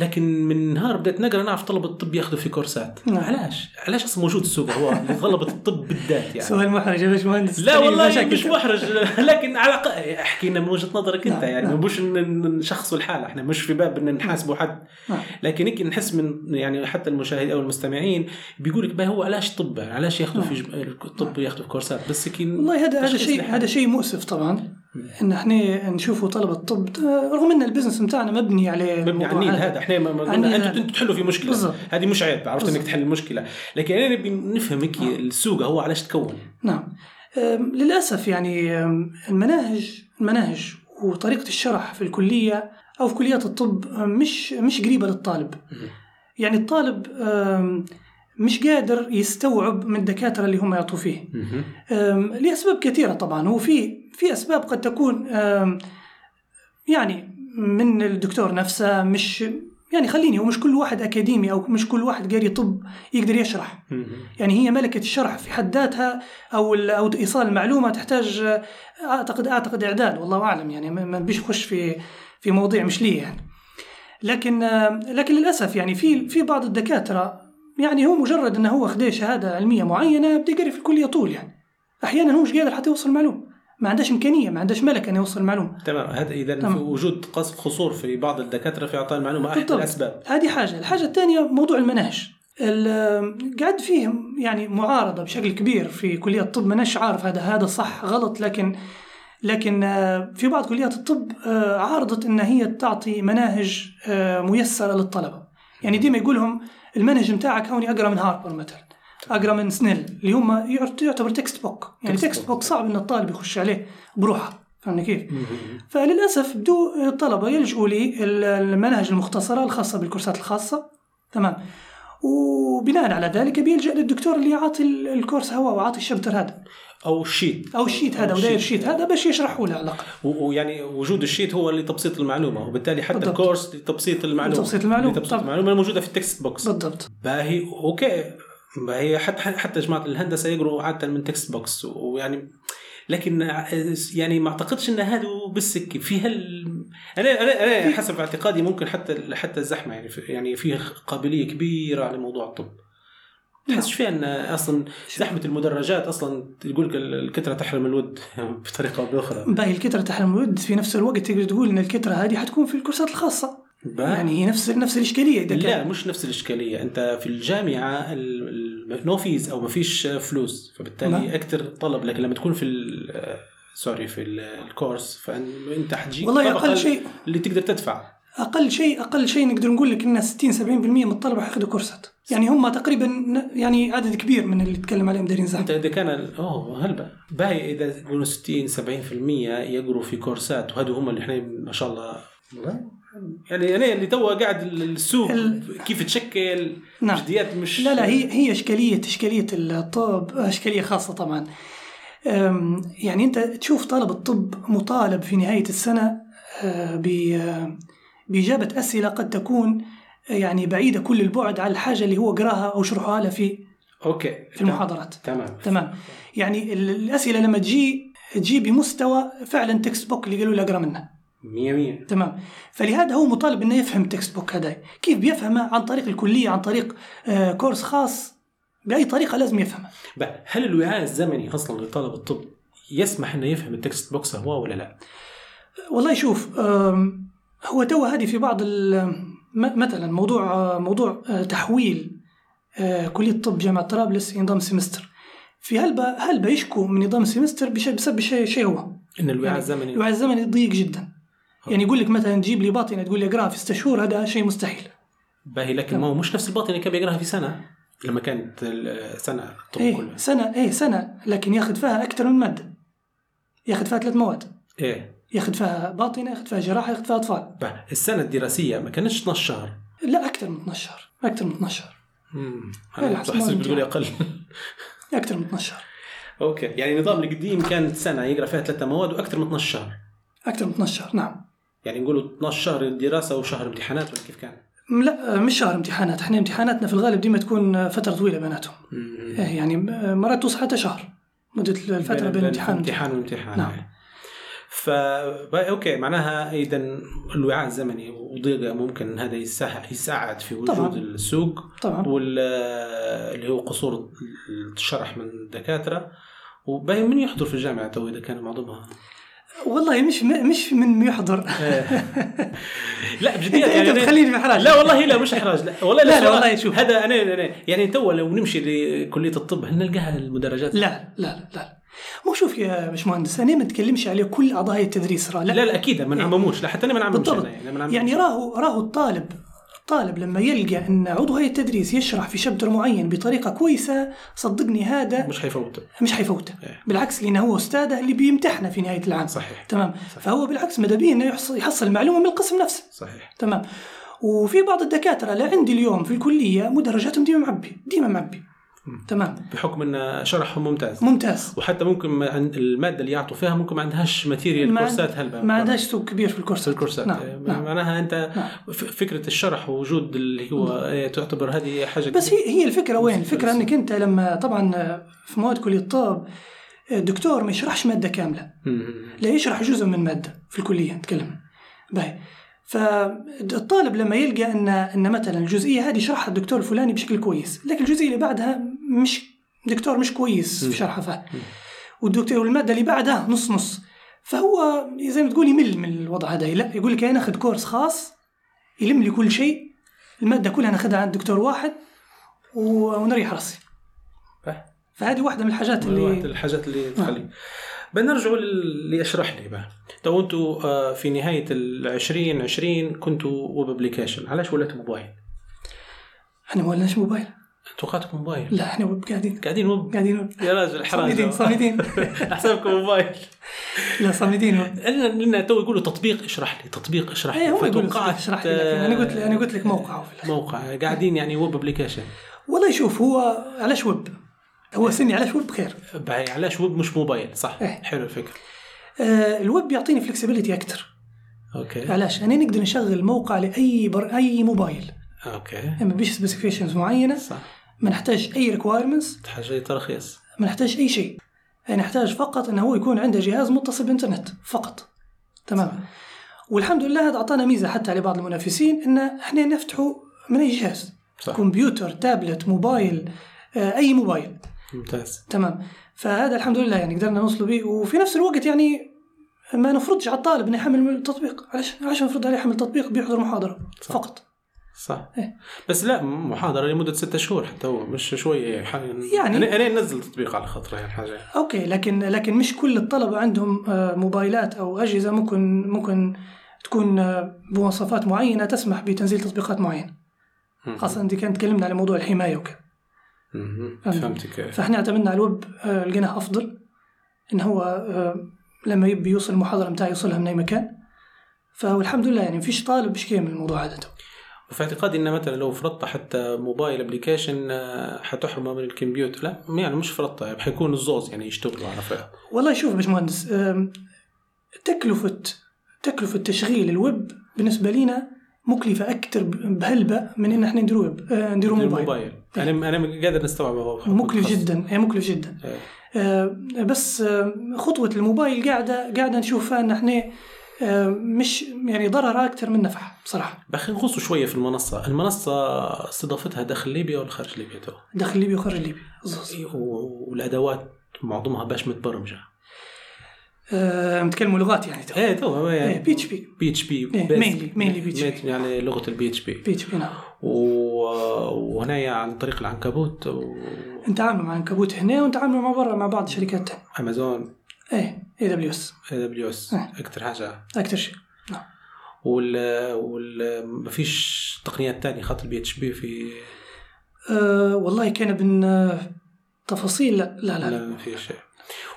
Speaker 1: لكن من نهار بدأت نقرا نعرف طلبه الطب ياخذوا في كورسات
Speaker 2: نعم.
Speaker 1: علاش؟ علاش اصلا موجود السوق هو [LAUGHS] لطلبه الطب بالذات يعني
Speaker 2: سؤال محرج يا باشمهندس
Speaker 1: لا
Speaker 2: تقريباً
Speaker 1: والله
Speaker 2: مشاكل.
Speaker 1: مش محرج [LAUGHS] لكن على الأقل احكي لنا من وجهه نظرك انت
Speaker 2: نعم،
Speaker 1: يعني
Speaker 2: نعم.
Speaker 1: مش نشخصوا الحاله احنا مش في باب ان نحاسبوا حد
Speaker 2: نعم.
Speaker 1: لكن يمكن نحس من يعني حتى المشاهد او المستمعين بيقول لك ما هو علاش طب علاش ياخذوا
Speaker 2: نعم.
Speaker 1: في جم- الطب ياخذوا في كورسات بس كي
Speaker 2: والله هذا هذا
Speaker 1: تشخيص
Speaker 2: شيء
Speaker 1: لحاله.
Speaker 2: هذا شيء مؤسف طبعا ان احنا نشوفوا طلبه الطب آه، رغم ان البزنس متاعنا مبني عليه
Speaker 1: مبني على
Speaker 2: الموضوع
Speaker 1: النيل يعني هذا احنا ما- ما
Speaker 2: على النيل
Speaker 1: قلنا
Speaker 2: يعني هذا.
Speaker 1: انتم انتم تحلوا في مشكله
Speaker 2: بالضبط.
Speaker 1: هذه مش عيب عرفت انك
Speaker 2: بالضبط.
Speaker 1: تحل المشكله لكن انا نبي نفهم هيك السوق هو علاش تكون
Speaker 2: نعم أم، للأسف يعني أم، المناهج المناهج وطريقة الشرح في الكلية أو في كليات الطب أم، مش مش قريبة للطالب يعني الطالب أم، مش قادر يستوعب من الدكاترة اللي هم يعطوا فيه
Speaker 3: مهم.
Speaker 2: أم، لأسباب كثيرة طبعا وفي في أسباب قد تكون أم، يعني من الدكتور نفسه مش يعني خليني هو مش كل واحد أكاديمي أو مش كل واحد قاري طب يقدر يشرح
Speaker 3: مهم.
Speaker 2: يعني هي ملكة الشرح في حد ذاتها أو ال- أو إيصال المعلومة تحتاج آه، أعتقد أعتقد إعداد والله أعلم يعني ما ما نبيش نخش في في مواضيع مش لي يعني لكن آه، لكن للأسف يعني في في بعض الدكاترة يعني هو مجرد أنه هو خد شهادة علمية معينة بده يقري في الكلية طول يعني أحيانا هو مش قادر حتى يوصل معلومة ما عندهاش إمكانية ما عندهاش ملكة أنه يوصل معلومة
Speaker 1: تمام هذا اذا
Speaker 2: تمام.
Speaker 1: في وجود قصد خصور في بعض الدكاتره في اعطاء المعلومه احد
Speaker 2: بالضبط.
Speaker 1: الاسباب
Speaker 2: هذه حاجة الحاجة الثانية موضوع المناهج ال- قعد فيه يعني معارضة بشكل كبير في كلية الطب ماناش عارف هذا هذا صح غلط لكن لكن آه، في بعض كليات الطب آه، عارضت ان هي تعطي مناهج آه، ميسرة للطلبة يعني ديما يقولهم المنهج بتاعك هوني اقرا من هاربر مثلا اقرا من سنيل اللي هم يعت- يعتبر تكست بوك يعني
Speaker 1: تكست
Speaker 2: تكست
Speaker 1: بوك.
Speaker 2: بوك صعب ان الطالب يخش عليه بروحه فهمني كيف؟ فللاسف بدو الطلبه يلجؤوا للمناهج المختصره الخاصه بالكورسات الخاصه تمام وبناء على ذلك بيلجا للدكتور اللي عاطي ال- الكورس هو وعاطي الشابتر هذا
Speaker 1: او الشيت يعني.
Speaker 2: او الشيت هذا وداير الشيت هذا باش يشرحه له على الاقل
Speaker 1: و- ويعني وجود الشيت هو لتبسيط المعلومه وبالتالي حتى
Speaker 2: بالضبط.
Speaker 1: الكورس لتبسيط المعلومه
Speaker 2: لتبسيط المعلومة،
Speaker 1: لتبسيط
Speaker 2: طبعاً.
Speaker 1: المعلومه الموجوده في التكست بوكس
Speaker 2: بالضبط
Speaker 1: باهي اوكي باهي حتى حتى جماعه الهندسه يقروا عاده من تكست بوكس ويعني لكن يعني ما اعتقدش ان هذا بالسكه في هال انا انا انا حسب اعتقادي ممكن حتى حتى الزحمه يعني في يعني فيه قابليه كبيره على موضوع الطب تحسش فيها ان اصلا زحمه المدرجات اصلا يقول لك الكثره تحرم الود [LAUGHS] بطريقه او باخرى
Speaker 2: باهي الكترة تحرم الود في نفس الوقت تقدر تقول ان الكترة هذه حتكون في الكورسات الخاصه
Speaker 1: آه.
Speaker 2: يعني هي نفس نفس الاشكاليه اذا كان
Speaker 1: لا مش نفس الاشكاليه انت في الجامعه نو فيز او ما فيش فلوس
Speaker 2: نعم.
Speaker 1: فبالتالي اكثر طلب لكن لما تكون في ال- سوري في ال- الكورس فانت حتجيك
Speaker 2: والله
Speaker 1: طبقة
Speaker 2: اقل شيء
Speaker 1: اللي تقدر تدفع
Speaker 2: اقل شيء اقل شيء نقدر نقول لك ان 60 70% من الطلبه حياخذوا كورسات يعني هم تقريبا يعني عدد كبير من اللي تكلم عليهم دايرين زحمه
Speaker 1: انت اذا كان ال- اوه هلبا باهي اذا يقولوا 60 70% يقروا في كورسات وهذو هم اللي احنا ما شاء الله يعني انا اللي توا قاعد السوق
Speaker 2: ال-
Speaker 1: كيف تشكل
Speaker 2: نعم.
Speaker 1: جديات مش
Speaker 2: لا لا هي هي اشكاليه اشكاليه الطب اشكاليه خاصه طبعا أم، يعني انت تشوف طالب الطب مطالب في نهايه السنه آه، ب- آه، باجابه اسئله قد تكون يعني بعيده كل البعد على الحاجه اللي هو قراها او شرحها له في
Speaker 1: اوكي
Speaker 2: في المحاضرات
Speaker 1: تمام
Speaker 2: تمام يعني ال- الاسئله لما تجي تجي بمستوى فعلا تكست بوك اللي قالوا له اقرا منه
Speaker 1: 100 100
Speaker 2: تمام فلهذا هو مطالب انه يفهم تكست بوك هذا كيف بيفهمه عن طريق الكليه عن طريق آه، كورس خاص باي طريقه لازم يفهمه
Speaker 1: بقى هل الوعاء الزمني اصلا لطالب الطب يسمح انه يفهم التكست بوكس هو ولا لا؟
Speaker 2: والله شوف آم، هو توا هذه في بعض ال- م- مثلا موضوع آه، موضوع آه، تحويل آه، كليه الطب جامعه طرابلس نظام سمستر في هلبا هلبا يشكو من نظام السمستر بش- بسبب شيء شيء هو
Speaker 1: ان الوعاء
Speaker 2: يعني
Speaker 1: الزمني
Speaker 2: الوعي الزمني ضيق جدا يعني يقول لك مثلا تجيب لي باطنه تقول لي اقراها في ست شهور هذا شيء مستحيل
Speaker 1: باهي لكن ما هو مش نفس الباطنه اللي كان بيقراها في سنه لما كانت ال- سنه الطب
Speaker 2: ايه
Speaker 1: كلها
Speaker 2: سنة ايه سنة لكن ياخذ فيها أكثر من مادة ياخذ فيها ثلاث مواد
Speaker 1: ايه
Speaker 2: ياخذ فيها باطنة ياخذ فيها جراحة ياخذ فيها أطفال
Speaker 1: بقى السنه الدراسيه ما كانتش 12 شهر
Speaker 2: لا أكثر من 12 شهر أكثر من 12 شهر
Speaker 1: امم
Speaker 2: لا،
Speaker 1: انا
Speaker 2: حسب
Speaker 1: بحسب
Speaker 2: ما
Speaker 1: بتقول [LAUGHS] اقل
Speaker 2: أكثر من 12 شهر
Speaker 1: اوكي يعني النظام القديم كانت سنه يقرا فيها ثلاثة مواد واكثر من 12 شهر
Speaker 2: أكثر من 12 شهر نعم
Speaker 1: يعني نقولوا 12 شهر دراسه وشهر امتحانات ولا كيف كان؟
Speaker 2: م- لا آه، مش شهر امتحانات احنا امتحاناتنا في الغالب ديما تكون آه، فترة طويلة بيناتهم
Speaker 1: مم.
Speaker 2: إيه يعني آه، مرات توصل حتى شهر مدة الفترة بين الامتحان والامتحان
Speaker 1: امتحان وامتحان
Speaker 2: نعم.
Speaker 1: ف اوكي معناها اذا الوعاء الزمني وضيقه ممكن هذا يساعد يساعد في وجود
Speaker 2: طبعاً.
Speaker 1: السوق
Speaker 2: طبعا
Speaker 1: وال اللي هو قصور الشرح من الدكاتره وباين من يحضر في الجامعه تو اذا كان معظمها [LAUGHS]
Speaker 2: والله مش م- مش من يحضر
Speaker 1: لا بجديه
Speaker 2: انت [LAUGHS] انت بتخليني في حراج
Speaker 1: لا والله لا مش احراج لا والله
Speaker 2: لا، لا،
Speaker 1: صراحة.
Speaker 2: والله شوف.
Speaker 1: هذا انا أنا- يعني تو لو نمشي لكليه الطب هل نلقاها المدرجات
Speaker 2: لا لا لا لا مو شوف يا باشمهندس انا ما نتكلمش على كل اعضاء التدريس راه
Speaker 1: لا لا اكيد ما نعمموش لا حتى انا ما نعممش
Speaker 2: إيه. بالضبط
Speaker 1: أنا، يعني ما نعممش.
Speaker 2: يعني راهو راهو الطالب الطالب لما يلقى ان عضو هيئه التدريس يشرح في شابتر معين بطريقه كويسه صدقني هذا
Speaker 1: مش حيفوت
Speaker 2: مش حيفوته
Speaker 1: إيه.
Speaker 2: بالعكس لانه هو استاذه اللي بيمتحنه في نهايه العام
Speaker 1: صحيح
Speaker 2: تمام فهو بالعكس ماذا بيه انه يحصل, يحصل معلومه من القسم نفسه
Speaker 1: صحيح
Speaker 2: تمام وفي بعض الدكاتره لا عندي اليوم في الكليه مدرجاتهم ديما معبي ديما معبي
Speaker 1: مم.
Speaker 2: تمام
Speaker 1: بحكم ان شرحهم ممتاز
Speaker 2: ممتاز
Speaker 1: وحتى ممكن ما عن- الماده اللي يعطوا فيها ممكن ما عندهاش ماتيريال
Speaker 2: ما-
Speaker 1: كورسات هلبة
Speaker 2: ما عندهاش سوق كبير في الكورسات
Speaker 1: الكورسات
Speaker 2: نعم.
Speaker 1: نعم.
Speaker 2: نعم.
Speaker 1: معناها انت
Speaker 2: نعم.
Speaker 1: ف- فكره الشرح ووجود اللي هو إيه، تعتبر هذه حاجه
Speaker 2: بس هي هي الفكره وين؟ الفكره
Speaker 1: بس.
Speaker 2: انك انت لما طبعا في مواد كليه الطب الدكتور ما يشرحش ماده كامله،
Speaker 1: مم.
Speaker 2: لا يشرح جزء من ماده في الكليه نتكلم. باهي فالطالب لما يلقى ان ان مثلا الجزئيه هذه شرحها الدكتور الفلاني بشكل كويس، لكن الجزئيه اللي بعدها مش دكتور مش كويس
Speaker 1: مم.
Speaker 2: في شرحها فيها.
Speaker 1: مم.
Speaker 2: والدكتور والماده اللي بعدها نص نص. فهو زي ما تقول يمل من الوضع هذا، لا يقول لك انا اخذ كورس خاص يلم لي كل شيء الماده كلها ناخذها عند دكتور واحد و- ونريح راسي
Speaker 1: صح.
Speaker 2: فهذه واحده من الحاجات
Speaker 1: واحد
Speaker 2: اللي نعم.
Speaker 1: الحاجات اللي تخلي بنرجعوا للي اشرح لي بقى تو انتوا آه، في نهايه ال 2020 كنتوا ويب ابلكيشن علاش وليتوا موبايل؟
Speaker 2: احنا ما ولناش موبايل
Speaker 1: انتوا قاتكم موبايل
Speaker 2: لا احنا ويب قاعدين
Speaker 1: قاعدين ويب
Speaker 2: قاعدين ويب
Speaker 1: يا راجل
Speaker 2: صامدين
Speaker 1: حرام
Speaker 2: [LAUGHS] صامدين
Speaker 1: حسابكم موبايل
Speaker 2: لا صامدين ويب
Speaker 1: لان لان تو يقولوا تطبيق اشرح لي تطبيق اشرح لي
Speaker 2: اي إيه، هو يقول لك
Speaker 1: فتوقعت،
Speaker 2: اشرح لي لكن انا قلت انا قلت لك موقع وفي الآخر.
Speaker 1: موقع قاعدين يعني ويب ابلكيشن
Speaker 2: والله شوف هو علاش ويب هو سني علاش ويب خير
Speaker 1: علاش ويب مش موبايل صح
Speaker 2: إيه.
Speaker 1: حلو الفكره
Speaker 2: آه الويب يعطيني فلكسبيليتي اكثر
Speaker 1: اوكي
Speaker 2: علاش انا نقدر نشغل موقع لاي بر اي موبايل
Speaker 1: اوكي
Speaker 2: ما بيش سبيسيفيكيشنز معينه
Speaker 1: صح
Speaker 2: ما نحتاج اي ريكوايرمنتس
Speaker 1: حاجه ترخيص
Speaker 2: ما نحتاج اي شيء يعني نحتاج فقط انه هو يكون عنده جهاز متصل بالانترنت فقط تمام والحمد لله هذا اعطانا ميزه حتى على بعض المنافسين ان احنا نفتحه من اي جهاز
Speaker 1: صح
Speaker 2: كمبيوتر تابلت موبايل آه، اي موبايل
Speaker 1: ممتاز
Speaker 2: تمام فهذا الحمد لله يعني قدرنا نوصله به وفي نفس الوقت يعني ما نفرضش على الطالب انه يحمل التطبيق علاش علاش نفرض عليه يحمل تطبيق بيحضر محاضره
Speaker 1: صح.
Speaker 2: فقط
Speaker 1: صح
Speaker 2: إيه.
Speaker 1: بس لا محاضره لمده ستة شهور حتى هو مش شويه ح-
Speaker 2: يعني-
Speaker 1: انا انا ننزل تطبيق على خاطر يعني حاجه
Speaker 2: اوكي لكن لكن مش كل الطلبه عندهم آه، موبايلات او اجهزه ممكن ممكن تكون آه، بمواصفات معينه تسمح بتنزيل تطبيقات معينه
Speaker 1: مم.
Speaker 2: خاصه انت كان تكلمنا على موضوع الحمايه وكذا
Speaker 1: مم.
Speaker 2: فهمت.
Speaker 1: فهمتك
Speaker 2: فاحنا اعتمدنا على الويب آه، لقيناه افضل ان هو آه، لما يبي يوصل المحاضره متاعي يوصلها من اي مكان فالحمد لله يعني مفيش طالب بيشكي من الموضوع عاده
Speaker 1: وفي اعتقادي ان مثلا لو فرضت حتى موبايل ابلكيشن حتحرمه من الكمبيوتر لا يعني مش فرضتها حيكون الزوز يعني يشتغلوا على فكره
Speaker 2: والله شوف يا باشمهندس آم، تكلفة تكلفة تشغيل الويب بالنسبة لينا مكلفة أكثر بهلبة من إن احنا نديرو ويب آه، نديرو موبايل
Speaker 1: الموبايل انا انا يعني قادر نستوعب هو
Speaker 2: مكلف
Speaker 1: متخصص.
Speaker 2: جدا هي مكلف جدا
Speaker 1: إيه.
Speaker 2: آه، بس آه، خطوة الموبايل قاعدة قاعدة نشوفها إن احنا آه، مش يعني ضرر أكثر من نفع بصراحة
Speaker 1: بخي نغوصوا شويه في المنصه، المنصه استضافتها داخل ليبيا ولا خارج ليبيا تو؟
Speaker 2: داخل ليبيا وخارج ليبيا زوز.
Speaker 1: و- والادوات معظمها باش متبرمجه.
Speaker 2: آه، نتكلموا لغات يعني
Speaker 1: ايه تو
Speaker 2: بي اتش بي
Speaker 1: بي اتش بي
Speaker 2: إيه، mainly- mainly PHP.
Speaker 1: يعني لغه البي اتش بي
Speaker 2: بي اتش بي نعم
Speaker 1: وهنايا عن طريق العنكبوت
Speaker 2: نتعاملوا مع عنكبوت هنا ونتعاملوا مع برا مع بعض الشركات تانية
Speaker 1: وامازون
Speaker 2: ايه اي دبليو اس
Speaker 1: اي دبليو اس
Speaker 2: إيه.
Speaker 1: اكثر حاجه
Speaker 2: اكثر شيء
Speaker 1: وال وال ما فيش تقنيات ثانيه خاطر البي اتش بي في
Speaker 2: أه والله كان بن آه، تفاصيل لا لا لا,
Speaker 1: لا
Speaker 2: لا.
Speaker 1: ما فيش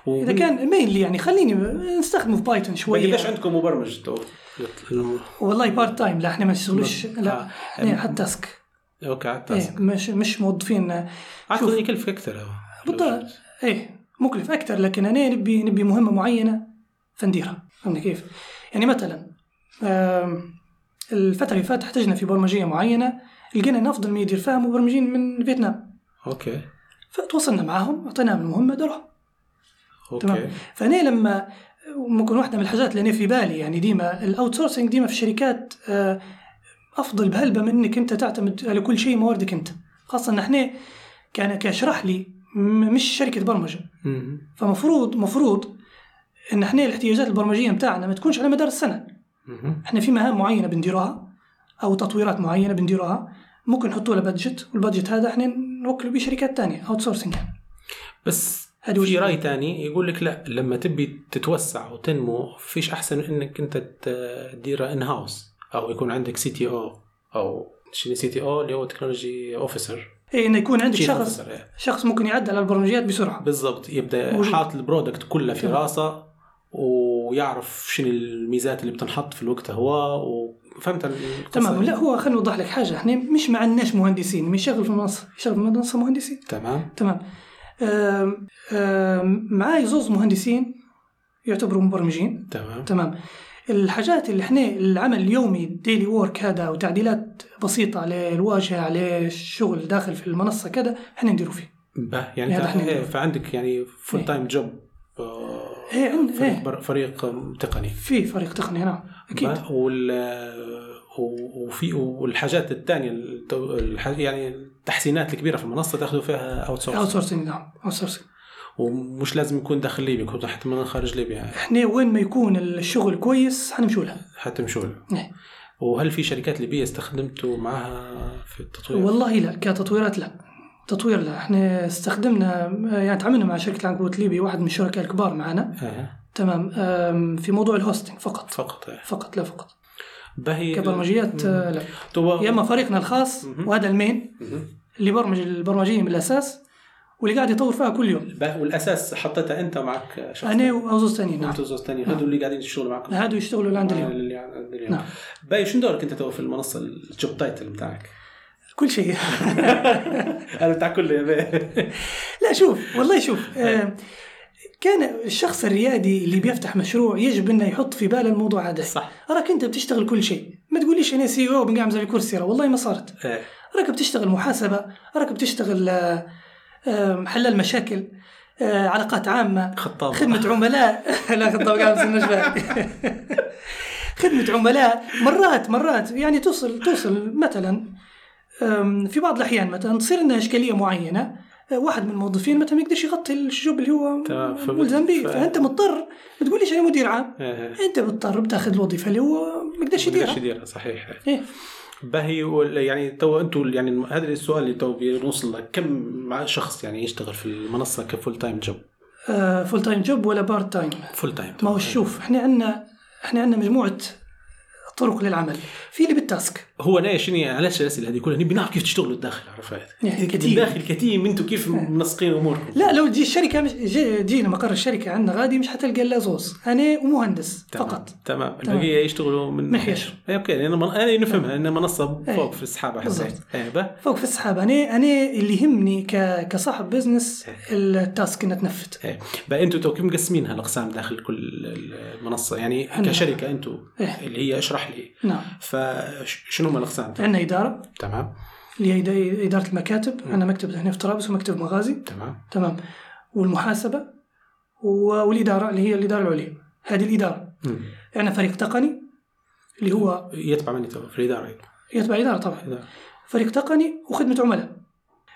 Speaker 2: اذا كان مينلي يعني خليني نستخدمه في بايثون شويه
Speaker 1: قديش عندكم مبرمج تو؟
Speaker 2: والله بارت تايم لا احنا ما نشتغلوش
Speaker 1: آه.
Speaker 2: لا احنا حتى تاسك
Speaker 1: اوكي على التاسك
Speaker 2: ايه مش مش موظفين آه،
Speaker 1: اعتقد
Speaker 2: شوف.
Speaker 1: إن يكلفك اكثر هو.
Speaker 2: بالضبط ايه مكلف اكثر لكن انا نبي نبي مهمه معينه فنديرها فهمت كيف؟ يعني مثلا آم، الفتره اللي فاتت احتجنا في برمجيه معينه لقينا ان افضل ما يدير فيها مبرمجين من فيتنام
Speaker 1: اوكي
Speaker 2: فتواصلنا معاهم اعطيناهم المهمه دارها
Speaker 1: اوكي
Speaker 2: تمام. فانا لما ممكن واحده من الحاجات اللي انا في بالي يعني ديما الاوت سورسنج ديما في الشركات آه، افضل بهلبه من انك انت تعتمد على كل شيء مواردك انت خاصه ان احنا كان كشرح لي م- مش شركه برمجه
Speaker 1: مم.
Speaker 2: فمفروض مفروض ان احنا الاحتياجات البرمجيه بتاعنا ما تكونش على مدار السنه
Speaker 1: مم.
Speaker 2: احنا في مهام معينه بنديروها او تطويرات معينه بنديروها ممكن نحطوا لها بادجت والبادجت هذا احنا نوكله بيه شركات ثانيه اوت سورسنج
Speaker 1: بس
Speaker 2: هذه
Speaker 1: في
Speaker 2: وجهة
Speaker 1: راي تاني يقول لك لا لما تبي تتوسع وتنمو فيش احسن من انك انت تديرها ان هاوس او يكون عندك سي تي او او سي تي او اللي هو تكنولوجي اوفيسر
Speaker 2: اي انه إيه، يكون عندك شخص
Speaker 1: إيه.
Speaker 2: شخص ممكن يعدل على البرمجيات بسرعه
Speaker 1: بالضبط يبدا
Speaker 2: موجود.
Speaker 1: حاط البرودكت كله في
Speaker 2: تمام.
Speaker 1: راسه ويعرف شنو الميزات اللي بتنحط في الوقت هو وفهمت القصة
Speaker 2: تمام
Speaker 1: دي؟
Speaker 2: لا هو خلينا نوضح لك حاجه احنا مش ما عندناش مهندسين من شغل في المنصه شغل في المنصه مهندسين
Speaker 1: تمام
Speaker 2: تمام آم، آم، معاي زوز مهندسين يعتبروا مبرمجين
Speaker 1: تمام
Speaker 2: تمام الحاجات اللي احنا العمل اليومي الديلي وورك هذا وتعديلات بسيطة للواجهة على الشغل داخل في المنصة كذا احنا نديرو فيه
Speaker 1: باه يعني
Speaker 2: هذا
Speaker 1: انت
Speaker 2: إحنا-
Speaker 1: إيه، فعندك يعني فول
Speaker 2: إيه.
Speaker 1: تايم جوب
Speaker 2: ايه عند
Speaker 1: آه، فريق,
Speaker 2: ايه
Speaker 1: بر- فريق تقني
Speaker 2: في فريق تقني نعم اكيد
Speaker 1: بقى وال و- وفي والحاجات الثانيه التو- الح- يعني التحسينات الكبيره في المنصه تاخذوا فيها اوت
Speaker 2: اوت
Speaker 1: سورس
Speaker 2: سورسنج نعم اوت سورسنج
Speaker 1: ومش لازم يكون داخل ليبيا يكون حتى من خارج ليبيا
Speaker 2: احنا وين ما يكون الشغل كويس حنمشوا له
Speaker 1: حتى مشغول
Speaker 2: إيه.
Speaker 1: وهل في شركات ليبيه استخدمتوا معها في التطوير؟
Speaker 2: والله لا كتطويرات لا تطوير لا احنا استخدمنا يعني تعاملنا مع شركة العنكبوت ليبي واحد من الشركاء الكبار معنا
Speaker 1: آه.
Speaker 2: تمام آم، في موضوع الهوستنج فقط
Speaker 1: فقط آه.
Speaker 2: فقط لا فقط
Speaker 1: باهي
Speaker 2: كبرمجيات آه، لا
Speaker 1: تو-
Speaker 2: يا اما فريقنا الخاص
Speaker 1: مهم.
Speaker 2: وهذا المين
Speaker 1: مهم.
Speaker 2: اللي برمج البرمجيه من الاساس واللي قاعد يطور فيها كل يوم
Speaker 1: باه- والاساس حطيتها انت معك شخص
Speaker 2: انا وزوز ثانيين نعم
Speaker 1: انت وزوز ثاني هذول اللي قاعدين يشتغلوا معك
Speaker 2: هادو يشتغلوا لعند اليوم
Speaker 1: اللي عند اليوم
Speaker 2: نعم.
Speaker 1: باهي شنو دورك انت تو في المنصه الجوب تايتل بتاعك؟ [LAUGHS]
Speaker 2: كل شيء [LAUGHS]
Speaker 1: انا بتاع كل يا بيه.
Speaker 2: لا شوف والله شوف آه، كان الشخص الريادي اللي بيفتح مشروع يجب انه يحط في باله الموضوع هذا
Speaker 1: صح.
Speaker 2: راك انت بتشتغل كل شيء ما تقوليش E انا سي او بنقعمز على الكرسي راه والله ما صارت
Speaker 1: إيه.
Speaker 2: راك بتشتغل محاسبه راك بتشتغل آه، آه، حلال مشاكل آه، علاقات عامه
Speaker 1: خطاب
Speaker 2: خدمة عملاء [LAUGHS] لا خطاب قاعد بس النجفة [LAUGHS] خدمة عملاء مرات مرات يعني توصل توصل مثلا أم، في بعض الأحيان مثلا تصير لنا إشكالية معينة أه، واحد من الموظفين مثلا ما يقدرش يغطي الجوب اللي هو
Speaker 1: تمام، فبت-
Speaker 2: ملزم به
Speaker 1: ف-
Speaker 2: فأنت مضطر ما تقوليش أنا مدير عام
Speaker 1: إيه.
Speaker 2: أنت مضطر بتاخذ الوظيفة اللي هو ما يقدرش
Speaker 1: يديرها
Speaker 2: يديرها
Speaker 1: يديرها صحيح
Speaker 2: إيه.
Speaker 1: باهي وال- يعني تو انتوا يعني الم- هذا السؤال اللي تو بنوصل لك كم مع شخص يعني يشتغل في المنصه كفول تايم جوب
Speaker 2: أه، فول تايم جوب ولا بارت تايم
Speaker 1: فول تايم
Speaker 2: ما هو شوف احنا عندنا احنا عندنا مجموعة طرق للعمل في اللي بالتاسك
Speaker 1: هو انا شنو علاش الاسئله هذه كلها نبي نعرف كيف تشتغلوا الداخل عرفت
Speaker 2: يعني كتيم.
Speaker 1: الداخل كتيم انتوا كيف منسقين اموركم
Speaker 2: لا لو تجي الشركه مش جي- جينا مقر الشركه عندنا غادي مش حتلقى الا زوز انا ومهندس
Speaker 1: تمام.
Speaker 2: فقط
Speaker 1: تمام
Speaker 2: تمام.
Speaker 1: البقيه يشتغلوا من
Speaker 2: من حيش.
Speaker 1: إيه، اوكي لان من... انا نفهمها ان منصه
Speaker 2: إيه.
Speaker 1: فوق في السحابه حسيت
Speaker 2: بالضبط.
Speaker 1: إيه، باه.
Speaker 2: فوق في السحاب انا انا اللي يهمني ك- كصاحب بزنس التاسك انها تنفذ
Speaker 1: ايه بقى انتوا تو كيف مقسمينها الاقسام داخل كل المنصه يعني
Speaker 2: عندنا-
Speaker 1: كشركه انتوا
Speaker 2: إيه.
Speaker 1: اللي هي اشرح لي
Speaker 2: نعم
Speaker 1: فشنو هما الاقسام؟
Speaker 2: عندنا اداره
Speaker 1: تمام
Speaker 2: اللي هي إدا- اداره المكاتب عندنا مكتب هنا في طرابلس ومكتب مغازي
Speaker 1: تمام
Speaker 2: تمام والمحاسبه و- والاداره اللي هي الاداره العليا هذه الاداره
Speaker 1: مم.
Speaker 2: عندنا فريق تقني اللي هو
Speaker 1: يتبع من يتبع في الاداره يتبع.
Speaker 2: يتبع الاداره طبعا
Speaker 1: إدارة.
Speaker 2: فريق تقني وخدمة عملاء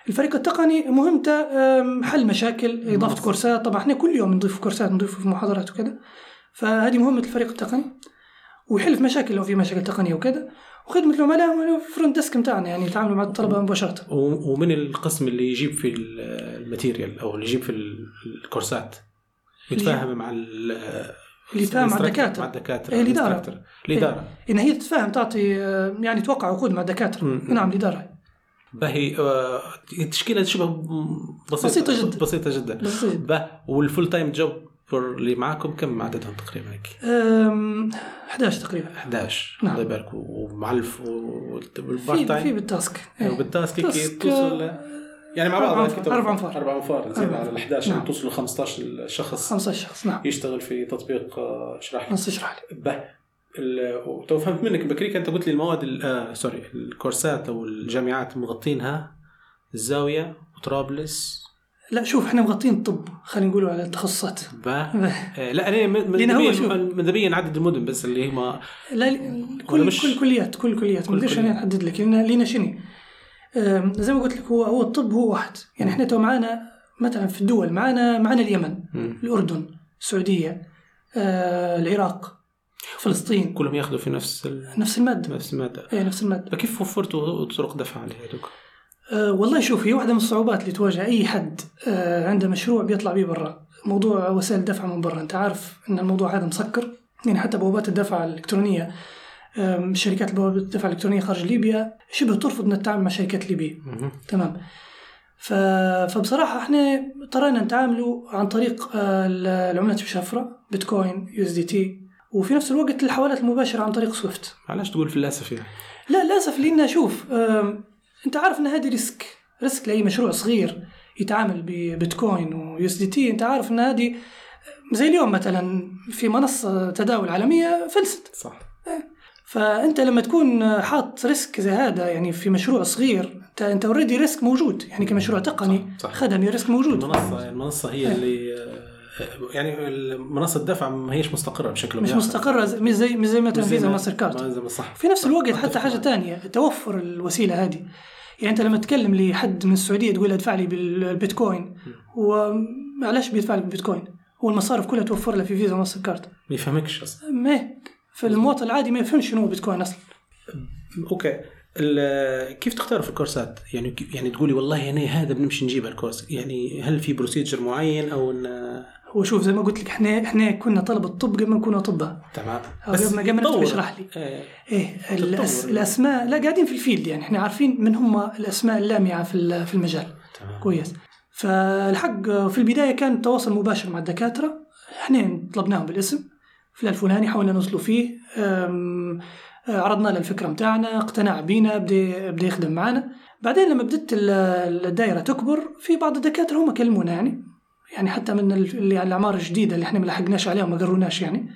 Speaker 2: الفريق التقني مهمته أم، حل مشاكل إضافة
Speaker 1: منصة.
Speaker 2: كورسات طبعا احنا كل يوم نضيف كورسات نضيف في محاضرات وكذا فهذه مهمة الفريق التقني ويحل في مشاكل لو في مشاكل تقنية وكذا وخدمة العملاء هو الفرونت ديسك متاعنا يعني يتعاملوا مع الطلبة مباشرة
Speaker 1: و- ومن القسم اللي يجيب في ال- الماتيريال او اللي يجيب في ال- الكورسات يتفاهم مع ال
Speaker 2: اللي يتفاهم مع
Speaker 1: الانستراكتور-
Speaker 2: الدكاترة.
Speaker 1: مع الدكاتره
Speaker 2: إيه، الإدارة.
Speaker 1: الانستراكتور. الاداره
Speaker 2: إن هي تتفاهم تعطي أه، يعني توقع عقود مع الدكاترة
Speaker 1: مم.
Speaker 2: نعم الإدارة
Speaker 1: باهي آه، التشكيله شبه بسيطه
Speaker 2: بسيطة جداً.
Speaker 1: بسيطه جدا
Speaker 2: بس
Speaker 1: به والفول تايم جوب اللي معاكم كم عددهم تقريبا هيك؟
Speaker 2: أم، 11 تقريبا
Speaker 1: 11
Speaker 2: نعم.
Speaker 1: الله يبارك ومع الف والبارت
Speaker 2: في في
Speaker 1: تايم
Speaker 2: بالتاسك إيه.
Speaker 1: وبالتاسك كي
Speaker 2: تاسك،
Speaker 1: توصل يعني مع
Speaker 2: أربع
Speaker 1: بعض
Speaker 2: أنفار، أربع أنفار.
Speaker 1: اربع انفار زياده
Speaker 2: أربع
Speaker 1: على ال
Speaker 2: أنفار.
Speaker 1: 11
Speaker 2: نعم.
Speaker 1: يعني توصلوا 15 شخص
Speaker 2: 15 شخص نعم
Speaker 1: يشتغل في تطبيق آه، شرح لي
Speaker 2: نص اشرح لي
Speaker 1: به ال- تو فهمت منك بكريك انت قلت لي المواد ال- آه سوري الكورسات او الجامعات مغطينها الزاويه وطرابلس
Speaker 2: لا شوف احنا مغطين الطب خلينا نقولوا على التخصصات
Speaker 1: به آه، لا انا من- من
Speaker 2: لأن هو شوف.
Speaker 1: من- من ذبيا عدد المدن بس اللي هما
Speaker 2: لا ل- كل
Speaker 1: مش-
Speaker 2: كل كليات كل كليات ما
Speaker 1: كل
Speaker 2: نقدرش
Speaker 1: كليات.
Speaker 2: انا نحدد لك لان لينا شني أم، زي ما قلت لك هو هو الطب هو واحد يعني احنا تو معانا مثلا في الدول معانا معانا اليمن
Speaker 1: مم.
Speaker 2: الاردن السعوديه آه، العراق فلسطين
Speaker 1: كلهم ياخذوا في نفس ال-
Speaker 2: نفس الماده
Speaker 1: نفس الماده
Speaker 2: اي نفس الماده
Speaker 1: كيف وفرتوا طرق دفع لهذوك؟
Speaker 2: أه والله شوف هي واحده من الصعوبات اللي تواجه اي حد أه عنده مشروع بيطلع بيه برا موضوع وسائل الدفع من برا انت عارف ان الموضوع هذا مسكر يعني حتى بوابات الدفع الالكترونيه أم، شركات البوابة الدفع الإلكترونية خارج ليبيا شبه ترفض أن تتعامل مع شركات ليبيا
Speaker 1: مهم.
Speaker 2: تمام ف... فبصراحة احنا اضطرينا نتعاملوا عن طريق آه، ال- العملات المشفرة بيتكوين يو اس دي تي وفي نفس الوقت الحوالات المباشرة عن طريق سويفت
Speaker 1: علاش تقول في الاسف يعني
Speaker 2: لا للاسف لان شوف آم، انت عارف ان هذه ريسك ريسك لاي مشروع صغير يتعامل ببيتكوين ويو اس دي تي انت عارف ان هذه زي اليوم مثلا في منصه تداول عالميه فلست
Speaker 1: صح
Speaker 2: فانت لما تكون حاط ريسك زي هذا يعني في مشروع صغير انت انت اوريدي ريسك موجود يعني كمشروع تقني
Speaker 1: صح، صح.
Speaker 2: خدمي ريسك موجود
Speaker 1: المنصه المنصه هي اللي آه، يعني منصه الدفع ما هيش مستقره بشكل
Speaker 2: مش
Speaker 1: ما.
Speaker 2: مستقره زي- مش زي مش زي مثلا
Speaker 1: مش زي
Speaker 2: فيزا
Speaker 1: ما-
Speaker 2: ماستر كارد
Speaker 1: ما- زي ما- صح
Speaker 2: في نفس
Speaker 1: صح.
Speaker 2: الوقت حتى حاجه تانية توفر الوسيله هذه يعني انت لما تكلم لي حد من السعوديه تقول له ادفع لي بالبيتكوين هو علاش بيدفع لك بالبيتكوين هو المصارف كلها توفر له في فيزا وماستر كارد
Speaker 1: ما يفهمكش اصلا
Speaker 2: ما هيك. فالمواطن العادي ما يفهمش شنو هو بيتكوين اصلا
Speaker 1: اوكي ال- كيف تختار في الكورسات؟ يعني كيف- يعني تقولي والله انا هذا بنمشي نجيب الكورس، يعني هل في بروسيجر معين او ان
Speaker 2: هو شوف زي ما قلت لك احنا احنا كنا طلبه طب قبل ما نكون اطباء
Speaker 1: تمام
Speaker 2: أو قبل ما- قبل ما
Speaker 1: تطور.
Speaker 2: تشرح لي.
Speaker 1: آه،
Speaker 2: ايه الأس...
Speaker 1: تتطور.
Speaker 2: الاسماء لا قاعدين في الفيلد يعني احنا عارفين من هم الاسماء اللامعه في ال- في المجال
Speaker 1: تمام
Speaker 2: كويس فالحق في البدايه كان تواصل مباشر مع الدكاتره احنا طلبناهم بالاسم فلان الفلاني حاولنا نوصله فيه أم، أه، عرضنا له الفكره متاعنا اقتنع بينا بدا بدا يخدم معنا بعدين لما بدت ال- الدائره تكبر في بعض الدكاتره هم كلمونا يعني يعني حتى من ال- اللي على الاعمار الجديده اللي احنا ما لحقناش عليها وما قروناش يعني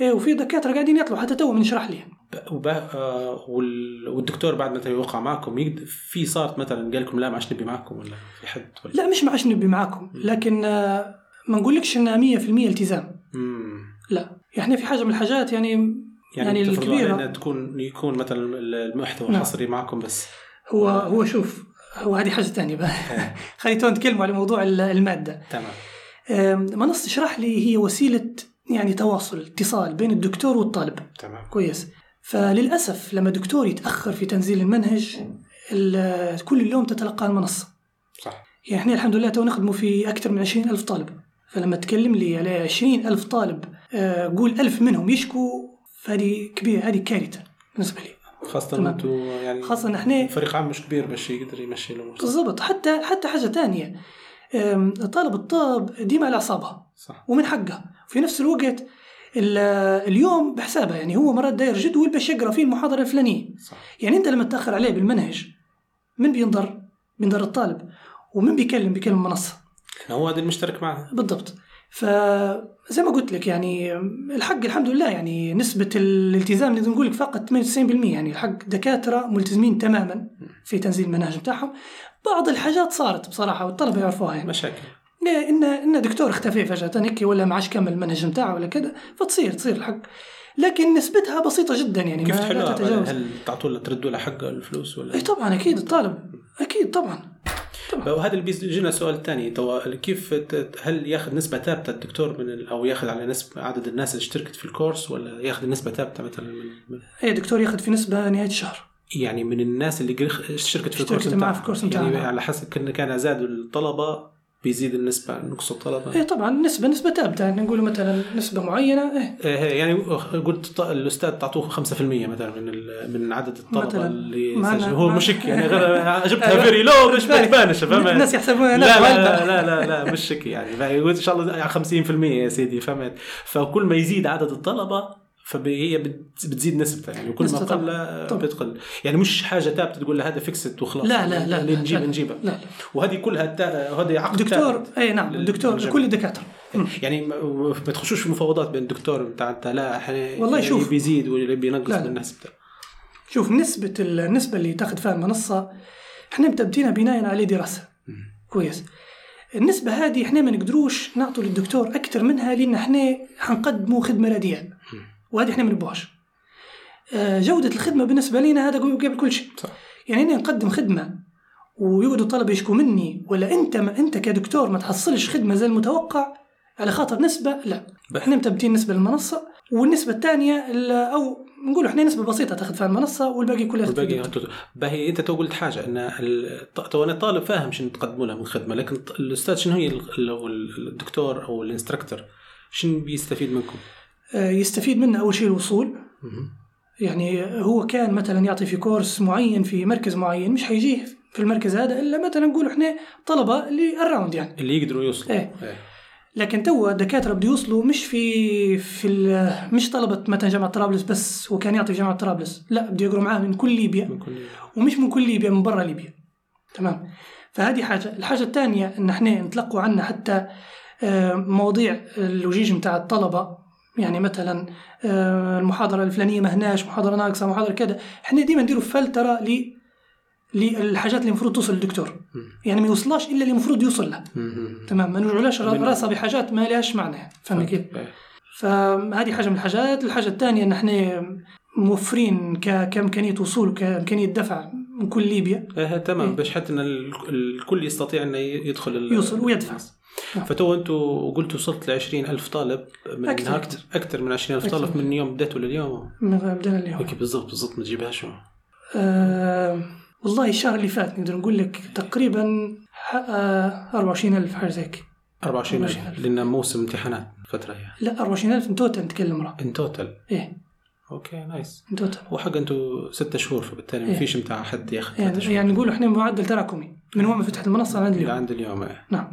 Speaker 2: ايه وفي دكاتره قاعدين يطلعوا حتى تو بنشرح لي
Speaker 1: وب- آه، وال- والدكتور بعد مثلا يوقع معكم يقد... في صارت مثلا قال لكم لا ما عادش نبي معكم ولا في حد ولا
Speaker 2: لا مش معاش نبي معاكم لكن آه، ما نقولكش انها 100% التزام
Speaker 1: مم.
Speaker 2: لا احنا في حاجه من الحاجات يعني
Speaker 1: يعني,
Speaker 2: يعني
Speaker 1: يعني
Speaker 2: الكبيره
Speaker 1: علينا تكون يكون مثلا المحتوى
Speaker 2: نعم.
Speaker 1: حصري معكم بس
Speaker 2: هو هو شوف هو هذه حاجه ثانيه بقى خلي تو نتكلم على موضوع ال- الماده
Speaker 1: تمام
Speaker 2: أم، منصه اشرح لي هي وسيله يعني تواصل اتصال بين الدكتور والطالب
Speaker 1: تمام
Speaker 2: كويس فللاسف لما دكتور يتاخر في تنزيل المنهج ال- كل اليوم تتلقى المنصه
Speaker 1: صح
Speaker 2: يعني احنا الحمد لله تو نخدموا في اكثر من 20 الف طالب فلما تكلم لي على 20 الف طالب آه، قول ألف منهم يشكوا فهذه كبيره هذه كارثه بالنسبه لي
Speaker 1: خاصة
Speaker 2: تمام.
Speaker 1: انتم يعني
Speaker 2: خاصة إحنا-
Speaker 1: فريق عام مش كبير باش يقدر يمشي الامور صح.
Speaker 2: بالضبط حتى حتى حاجه ثانيه طالب الطب ديما على اعصابها
Speaker 1: صح
Speaker 2: ومن حقها في نفس الوقت ال- اليوم بحسابها يعني هو مرات داير جدول باش يقرا فيه المحاضره الفلانيه
Speaker 1: صح
Speaker 2: يعني انت لما تاخر عليه بالمنهج من بينضر بينضر الطالب ومن بيكلم بيكلم المنصه
Speaker 1: لأنه هو هذا المشترك معها
Speaker 2: بالضبط فزي ما قلت لك يعني الحق الحمد لله يعني نسبة الالتزام نقدر نقول لك فقط 98% يعني الحق دكاترة ملتزمين تماما في تنزيل المناهج بتاعهم بعض الحاجات صارت بصراحة والطلبة يعرفوها يعني
Speaker 1: مشاكل
Speaker 2: إيه، ان ان دكتور اختفى فجاه هيك ولا ما عادش كمل المنهج بتاعه ولا كذا فتصير تصير الحق لكن نسبتها بسيطه جدا يعني
Speaker 1: كيف
Speaker 2: ما- لا
Speaker 1: تحلوها؟
Speaker 2: تتجاوز
Speaker 1: هل تعطوا له تردوا له حقه الفلوس ولا
Speaker 2: اي طبعا اكيد الطالب اكيد طبعا
Speaker 1: وهذا اللي بيجينا السؤال الثاني تو كيف ت- هل ياخذ نسبه ثابته الدكتور من ال- او ياخذ على نسب عدد الناس اللي اشتركت في الكورس ولا ياخذ نسبه ثابته مثلا من- من
Speaker 2: اي إيه دكتور ياخذ في نسبه نهايه الشهر
Speaker 1: يعني من الناس اللي قرخ- اشتركت في الكورس
Speaker 2: اشتركت معاه
Speaker 1: متاعها.
Speaker 2: في الكورس
Speaker 1: يعني
Speaker 2: متاعها.
Speaker 1: على حسب كان كان زادوا الطلبه بيزيد النسبه نقص الطلبه
Speaker 2: اي طبعا نسبه نسبه ثابته يعني نقول مثلا نسبه معينه ايه
Speaker 1: إيه، هي يعني قلت الط- الاستاذ تعطوه 5% مثلا من ال- من عدد الطلبه
Speaker 2: مثلاً.
Speaker 1: اللي
Speaker 2: معنا-
Speaker 1: سجلوا هو
Speaker 2: معنا.
Speaker 1: مش هيك يعني
Speaker 2: [LAUGHS]
Speaker 1: غير جبتها فيري لو مش ما تبانش فاهم
Speaker 2: الناس يحسبون
Speaker 1: لا
Speaker 2: انا
Speaker 1: لا, لا لا لا مش هيك يعني فيقول ان شاء الله 50% يا سيدي فهمت فكل ما يزيد عدد الطلبه فهي بتزيد نسبتها يعني وكل ما
Speaker 2: نسبة
Speaker 1: قل
Speaker 2: طبعاً.
Speaker 1: بتقل يعني مش حاجه ثابته تقول له هذا فيكسد وخلاص
Speaker 2: لا، لا، لا،
Speaker 1: اللي
Speaker 2: لا،
Speaker 1: نجيب
Speaker 2: لا.
Speaker 1: نجيبه
Speaker 2: لا
Speaker 1: وهذه كلها التا- هذه عقد
Speaker 2: دكتور
Speaker 1: ثابت.
Speaker 2: اي نعم
Speaker 1: لل-
Speaker 2: دكتور
Speaker 1: للجميع.
Speaker 2: كل الدكاتره
Speaker 1: [LAUGHS] يعني ما ما تخشوش في مفاوضات بين الدكتور بتاع انت لا احنا
Speaker 2: والله
Speaker 1: اللي
Speaker 2: شوف.
Speaker 1: بيزيد واللي بينقص
Speaker 2: لا، لا.
Speaker 1: من نسبته
Speaker 2: شوف نسبة ال- النسبة اللي تاخذ فيها المنصة احنا متبدينها بناء على دراسة كويس النسبة هذه احنا ما نقدروش نعطوا للدكتور أكثر منها لأن احنا حنقدموا خدمة رديئة وهذه احنا ما نبغاش آه، جودة الخدمة بالنسبة لنا هذا قبل كل شيء
Speaker 1: صح.
Speaker 2: يعني أنا نقدم خدمة ويقعدوا الطلبة يشكوا مني ولا أنت ما أنت كدكتور ما تحصلش خدمة زي المتوقع على خاطر نسبة لا
Speaker 1: بح-
Speaker 2: احنا متبدين نسبة للمنصة والنسبة الثانية ال- أو نقول احنا نسبة بسيطة تاخذ فيها المنصة والباقي كله ياخذ
Speaker 1: والباقي
Speaker 2: فيه
Speaker 1: يحطوا- باهي انت تو قلت حاجه ان ال- ط- تو انا الطالب فاهم شنو تقدموا له من خدمه لكن الط- الاستاذ شنو هي ال- ال- أو ال- الدكتور او الانستراكتور شنو بيستفيد منكم؟
Speaker 2: آه، يستفيد منه أول شيء الوصول يعني هو كان مثلا يعطي في كورس معين في مركز معين مش حيجيه في المركز هذا الا مثلا نقول احنا طلبه للراوند يعني
Speaker 1: اللي يقدروا يوصلوا
Speaker 2: إيه. لكن تو الدكاتره بده يوصلوا مش في في ال- مش طلبه مثلا جامعه طرابلس بس وكان يعطي في جامعه طرابلس لا بده يقروا معاه من كل ليبيا
Speaker 1: من كل-
Speaker 2: ومش من كل ليبيا من برا ليبيا تمام فهذه حاجه الحاجه الثانيه ان احنا نتلقوا عنا حتى آه، مواضيع الوجيج متاع الطلبه يعني مثلا آه، المحاضره الفلانيه ما هناش محاضره ناقصه محاضره كذا احنا ديما نديروا فلتره ل للحاجات اللي المفروض توصل للدكتور يعني ما يوصلهاش الا اللي المفروض يوصل لها
Speaker 1: مم.
Speaker 2: تمام ما نرجعولاش
Speaker 1: من-
Speaker 2: راسها بحاجات ما لهاش معنى فهمت كيف
Speaker 1: إيه.
Speaker 2: فهذه حاجه من الحاجات الحاجه الثانيه ان احنا موفرين ك- كامكانيه وصول وكامكانيه دفع من كل ليبيا
Speaker 1: إيه،
Speaker 2: إيه.
Speaker 1: تمام باش حتى ان ال- الكل يستطيع انه يدخل ال-
Speaker 2: يوصل ويدفع
Speaker 1: الناس. فتو انتوا قلتوا وصلت ل 20000 طالب من
Speaker 2: أكثر.
Speaker 1: هاك- اكثر من 20000
Speaker 2: أكثر.
Speaker 1: طالب من يوم بديتوا لليوم
Speaker 2: من بدنا اليوم
Speaker 1: اوكي بالضبط بالضبط ما تجيبهاش
Speaker 2: آه والله الشهر اللي فات نقدر نقول لك آه، تقريبا حقق 24000 حاجه زي هيك
Speaker 1: 24000
Speaker 2: 24,000.
Speaker 1: لان موسم امتحانات فتره يعني
Speaker 2: لا 24000 ان توتال نتكلم راه
Speaker 1: ان توتال
Speaker 2: ايه
Speaker 1: اوكي نايس
Speaker 2: ان توتال
Speaker 1: وحق انتوا ستة شهور فبالتالي
Speaker 2: إيه.
Speaker 1: ما فيش متاع حد ياخذ ثلاثة
Speaker 2: يعني,
Speaker 1: شهور
Speaker 2: يعني نقول احنا معدل تراكمي من وين ما فتحت المنصه لعند اليوم
Speaker 1: عند اليوم إيه.
Speaker 2: نعم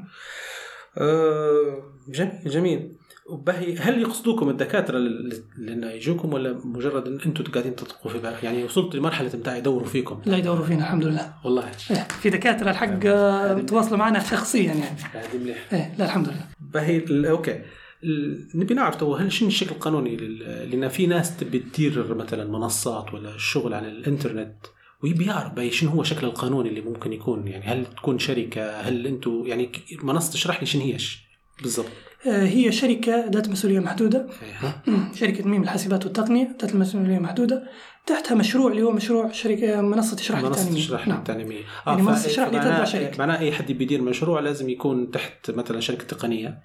Speaker 1: آه، جميل جميل وبهي هل يقصدوكم الدكاتره ل- لانه يجوكم ولا مجرد ان انتم قاعدين تطلقوا في بالك يعني وصلتوا لمرحله متاع يدوروا فيكم
Speaker 2: لا يدوروا فينا الحمد لله
Speaker 1: والله
Speaker 2: إيه. في دكاتره الحق آه، تواصلوا معنا شخصيا يعني
Speaker 1: هذه مليح
Speaker 2: ايه لا الحمد لله
Speaker 1: باهي ال- اوكي ال- نبي نعرف تو هل شنو الشكل القانوني لل- لان في ناس تبي تدير مثلا منصات ولا الشغل على الانترنت ويبي يعرف باهي شنو هو الشكل القانوني اللي ممكن يكون يعني هل تكون شركه هل انتم يعني ك- منصه تشرح لي شنو هي ش- بالضبط
Speaker 2: آه، هي شركه ذات مسؤوليه محدوده
Speaker 1: إيه، ها؟
Speaker 2: شركه ميم الحاسبات والتقنيه ذات المسؤوليه محدوده تحتها مشروع اللي هو مشروع آه، شركه منصه تشرح لي
Speaker 1: منصه
Speaker 2: التعليمية.
Speaker 1: تشرح لي
Speaker 2: نعم
Speaker 1: التعليميه
Speaker 2: يعني منصة
Speaker 1: فا-
Speaker 2: تشرح لي
Speaker 1: فمعناه-
Speaker 2: تتبع شركة.
Speaker 1: معناه اي إيه، حد يبي يدير مشروع لازم يكون تحت مثلا شركه تقنيه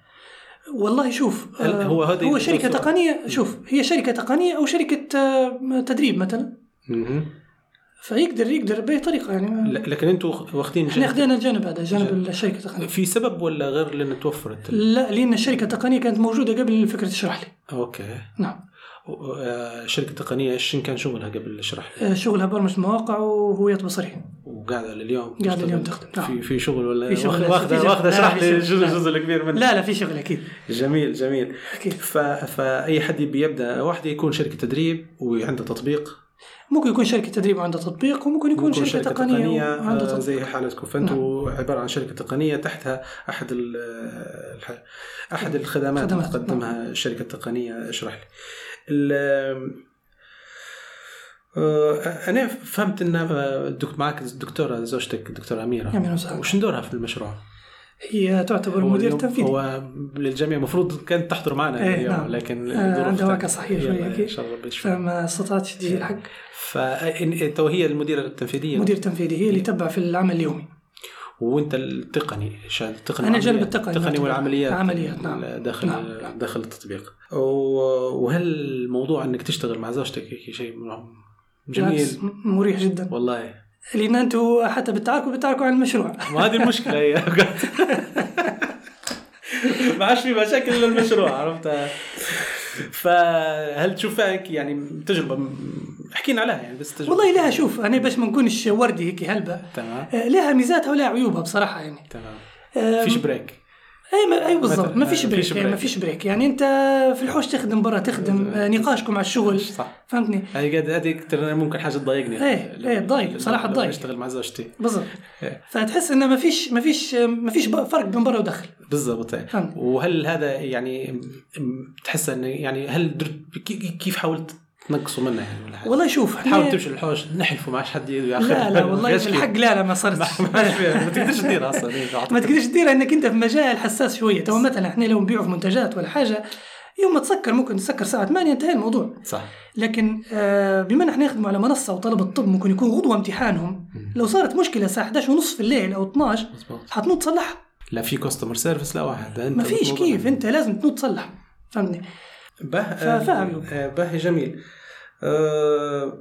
Speaker 2: والله شوف
Speaker 1: هل
Speaker 2: آه،
Speaker 1: هو هذا
Speaker 2: هو
Speaker 1: يدخل
Speaker 2: شركه
Speaker 1: سؤال؟
Speaker 2: تقنيه شوف هي شركه تقنيه او شركه آه، تدريب مثلا
Speaker 1: مهم.
Speaker 2: فيقدر يقدر باي طريقه يعني ما-
Speaker 1: ل- لكن انتم واخدين
Speaker 2: احنا
Speaker 1: جهة-
Speaker 2: اخذنا الجانب هذا جانب
Speaker 1: جانب.
Speaker 2: الشركه التقنيه
Speaker 1: في سبب ولا غير لان توفرت ال-
Speaker 2: لا لان الشركه التقنيه كانت موجوده قبل فكره اشرح لي
Speaker 1: اوكي
Speaker 2: نعم
Speaker 1: آه، شركة تقنية ايش كان شغلها قبل اشرح لي
Speaker 2: آه، شغلها برمجه مواقع وهويه بصريه
Speaker 1: وقاعدة لليوم
Speaker 2: قاعدة اليوم تخدم، نعم.
Speaker 1: في في شغل ولا
Speaker 2: في شغل،
Speaker 1: واخ-
Speaker 2: في
Speaker 1: واخدة
Speaker 2: شغل.
Speaker 1: واخدة
Speaker 2: لا،
Speaker 1: اشرح
Speaker 2: في
Speaker 1: لي
Speaker 2: شغل.
Speaker 1: جزء
Speaker 2: لا.
Speaker 1: جزء كبير منه
Speaker 2: لا لا في شغل اكيد
Speaker 1: جميل جميل
Speaker 2: اكيد
Speaker 1: ف... فأي حد يبي يبدأ واحدة يكون شركة تدريب وعنده تطبيق
Speaker 2: ممكن يكون شركه تدريب وعندها تطبيق وممكن يكون شركه, تقنيه, وعندها
Speaker 1: آه،
Speaker 2: تطبيق نعم.
Speaker 1: زي حالتكم فانتم عباره عن شركه تقنيه تحتها احد ال- الح- احد الخدمات اللي
Speaker 2: خدمات، نعم.
Speaker 1: تقدمها الشركه التقنيه اشرح لي ال- آه، انا فهمت ان آه، الدك- معك الدكتوره زوجتك الدكتوره
Speaker 2: يا أهلاً
Speaker 1: اميره
Speaker 2: وسهلاً.
Speaker 1: وش دورها في المشروع؟
Speaker 2: هي تعتبر
Speaker 1: هو
Speaker 2: مدير آه،
Speaker 1: اليوم-
Speaker 2: تنفيذي
Speaker 1: هو للجميع المفروض كانت تحضر معنا
Speaker 2: إيه،
Speaker 1: اليوم
Speaker 2: نعم.
Speaker 1: لكن
Speaker 2: آه،
Speaker 1: الظروف
Speaker 2: عندها
Speaker 1: تم-
Speaker 2: واقع صحيح شوية
Speaker 1: يلا،
Speaker 2: أكيد.
Speaker 1: ان شاء الله ربي يشفيها.
Speaker 2: فما استطاعتش تجي الحق
Speaker 1: فإن- إيه، تو هي المديره التنفيذيه
Speaker 2: مدير تنفيذي هي اللي تبع في العمل اليومي
Speaker 1: وانت التقني شا- التقني
Speaker 2: أنا
Speaker 1: والعمليات-
Speaker 2: جانب التقني
Speaker 1: التقني
Speaker 2: أعتبر.
Speaker 1: والعمليات
Speaker 2: العمليات، نعم.
Speaker 1: داخل
Speaker 2: نعم، نعم.
Speaker 1: داخل التطبيق و- وهل موضوع انك تشتغل مع زوجتك هيك شيء م-
Speaker 2: بالعكس،
Speaker 1: جميل
Speaker 2: م- مريح جدا
Speaker 1: والله
Speaker 2: لان انتم حتى بتعاركوا بتعاركوا عن المشروع
Speaker 1: ما هذه المشكله هي ما عادش في مشاكل الا المشروع عرفت فهل تشوفها هيك يعني تجربه م- احكي لنا عليها يعني بس تجربه
Speaker 2: والله لها شوف انا باش ما نكونش وردي هيك هلبة
Speaker 1: تمام
Speaker 2: آه، لها ميزاتها ولها عيوبها بصراحه يعني
Speaker 1: تمام
Speaker 2: آه،
Speaker 1: فيش بريك
Speaker 2: اي ما اي بالضبط
Speaker 1: مثلاً،
Speaker 2: ما فيش
Speaker 1: آه،
Speaker 2: بريك
Speaker 1: فيش
Speaker 2: يعني ما
Speaker 1: بريك.
Speaker 2: فيش بريك يعني انت في الحوش تخدم برا تخدم آه، نقاشكم على الشغل
Speaker 1: صح.
Speaker 2: فهمتني
Speaker 1: هذه قد هذه ترى ممكن حاجه تضايقني
Speaker 2: إيه،
Speaker 1: لو-
Speaker 2: إيه، تضايق،
Speaker 1: لو-
Speaker 2: بصراحة
Speaker 1: لو
Speaker 2: تضايق.
Speaker 1: اشتغل مع زوجتي
Speaker 2: بالضبط
Speaker 1: إيه.
Speaker 2: فتحس انه ما فيش ما فيش آه، ما فيش فرق بين برا وداخل
Speaker 1: بالضبط إيه.
Speaker 2: فهمت.
Speaker 1: وهل هذا يعني م- م- تحس انه يعني هل درت كي- كيف حاولت تنقصوا منه يعني ولا حاجه؟
Speaker 2: والله شوف إحنا-
Speaker 1: تحاول تمشي الحوش نحلفوا ما عادش حد يد وياخذ
Speaker 2: لا
Speaker 1: [LAUGHS]
Speaker 2: لا والله
Speaker 1: ما فيهاش
Speaker 2: الحق
Speaker 1: كيف.
Speaker 2: لا لا ما صرت
Speaker 1: [LAUGHS] ما عادش فيها، ما تقدرش تدير اصلا إيه،
Speaker 2: ما
Speaker 1: أعتقد.
Speaker 2: تقدرش تديرها انك انت في مجال حساس شويه تو مثلا احنا لو نبيعوا في منتجات ولا حاجه يوم ما تسكر ممكن تسكر الساعه 8 انتهى الموضوع
Speaker 1: صح
Speaker 2: لكن آه، بما ان احنا نخدموا على منصه وطلب الطب ممكن يكون غدوه امتحانهم لو صارت مشكله الساعه 11 ونص في الليل او 12
Speaker 1: مزبوط.
Speaker 2: حتنوض تصلحها
Speaker 1: لا في كاستمر سيرفيس لا واحد أنت
Speaker 2: ما فيش
Speaker 1: مطلوب
Speaker 2: كيف انت لازم تنوض تصلح فهمني
Speaker 1: به
Speaker 2: ففاهم.
Speaker 1: آه، به جميل آه،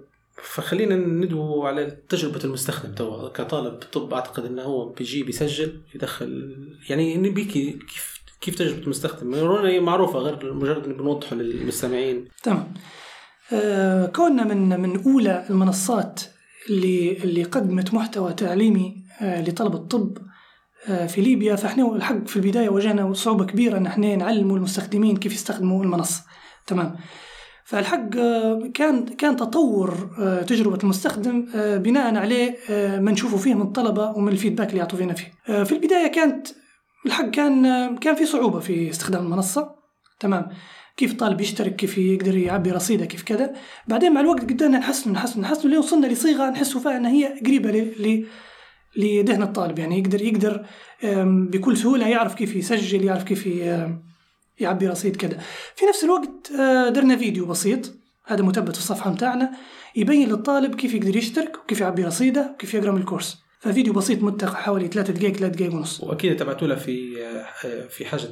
Speaker 1: فخلينا ندو على تجربة المستخدم توا كطالب طب أعتقد أنه هو بيجي بيسجل يدخل يعني نبيك كيف كيف تجربة المستخدم؟ رونا هي معروفة غير مجرد إن بنوضحه للمستمعين
Speaker 2: تمام آه، كوننا من من اولى المنصات اللي اللي قدمت محتوى تعليمي آه، لطلبه الطب آه، في ليبيا فاحنا الحق في البدايه واجهنا صعوبه كبيره ان احنا نعلموا المستخدمين كيف يستخدموا المنصه تمام فالحق آه، كان كان تطور آه، تجربه المستخدم آه، بناء عليه آه، ما نشوفه فيه من الطلبه ومن الفيدباك اللي يعطوا فينا فيه آه، في البدايه كانت الحق كان آه، كان في صعوبه في استخدام المنصه تمام كيف الطالب يشترك كيف يقدر يعبي رصيده كيف كذا بعدين مع الوقت قدرنا نحسن نحسن نحسن لين وصلنا لصيغه نحسوا فيها ان هي قريبه ل ل- لذهن الطالب يعني يقدر يقدر آم، بكل سهوله يعرف كيف يسجل يعرف كيف ي- آم، يعبي رصيد كذا في نفس الوقت آه، درنا فيديو بسيط هذا مثبت في الصفحه متاعنا يبين للطالب كيف يقدر يشترك وكيف يعبي رصيده وكيف يقرا من الكورس ففيديو بسيط متقع حوالي 3 دقائق 3 دقائق ونص
Speaker 1: واكيد تبعتوا له في آه، في حاجه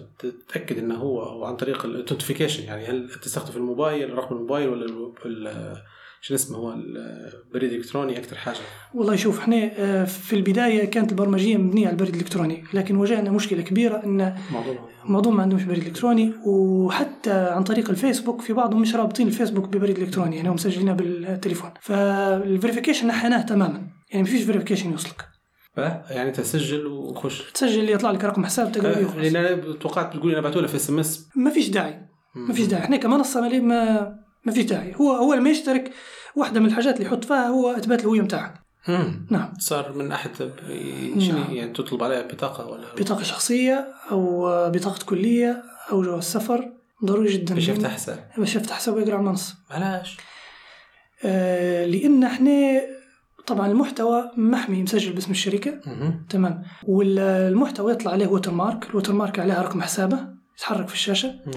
Speaker 1: تتاكد انه هو عن طريق الاوتنتيفيكيشن يعني هل تستخدم في الموبايل رقم الموبايل ولا ال- ال- شو اسمه هو البريد الالكتروني اكثر حاجه
Speaker 2: والله شوف احنا آه، في البدايه كانت البرمجيه مبنيه على البريد الالكتروني لكن واجهنا مشكله كبيره ان
Speaker 1: موضوع
Speaker 2: معظمهم ما عندهمش بريد الكتروني وحتى عن طريق الفيسبوك في بعضهم مش رابطين الفيسبوك ببريد الكتروني يعني هم مسجلينه بالتليفون فالفيريفيكيشن نحيناه تماما يعني ما فيش فيريفيكيشن يوصلك
Speaker 1: يعني تسجل وخش
Speaker 2: تسجل يطلع لك رقم حساب تقدر
Speaker 1: آه، لان
Speaker 2: يخلص
Speaker 1: انا توقعت بتقول انا بعتوا في اس ام اس
Speaker 2: ما فيش داعي ما فيش داعي احنا كمنصه ما لي- ما ما فيش داعي هو اول ما يشترك واحده من الحاجات اللي يحط فيها هو اثبات الهويه متاعها نعم
Speaker 1: صار من احد ب-
Speaker 2: نعم.
Speaker 1: شنو يعني تطلب عليه بطاقه ولا
Speaker 2: بطاقة شخصية أو بطاقة كلية أو جواز سفر ضروري جدا
Speaker 1: باش يفتح حساب
Speaker 2: باش يفتح حساب ويقرا على المنصة
Speaker 1: علاش؟
Speaker 2: آه لأن احنا طبعا المحتوى محمي مسجل باسم الشركة
Speaker 1: مهم.
Speaker 2: تمام والمحتوى يطلع عليه ووتر مارك الووتر مارك عليها رقم حسابه يتحرك في الشاشة
Speaker 1: مم.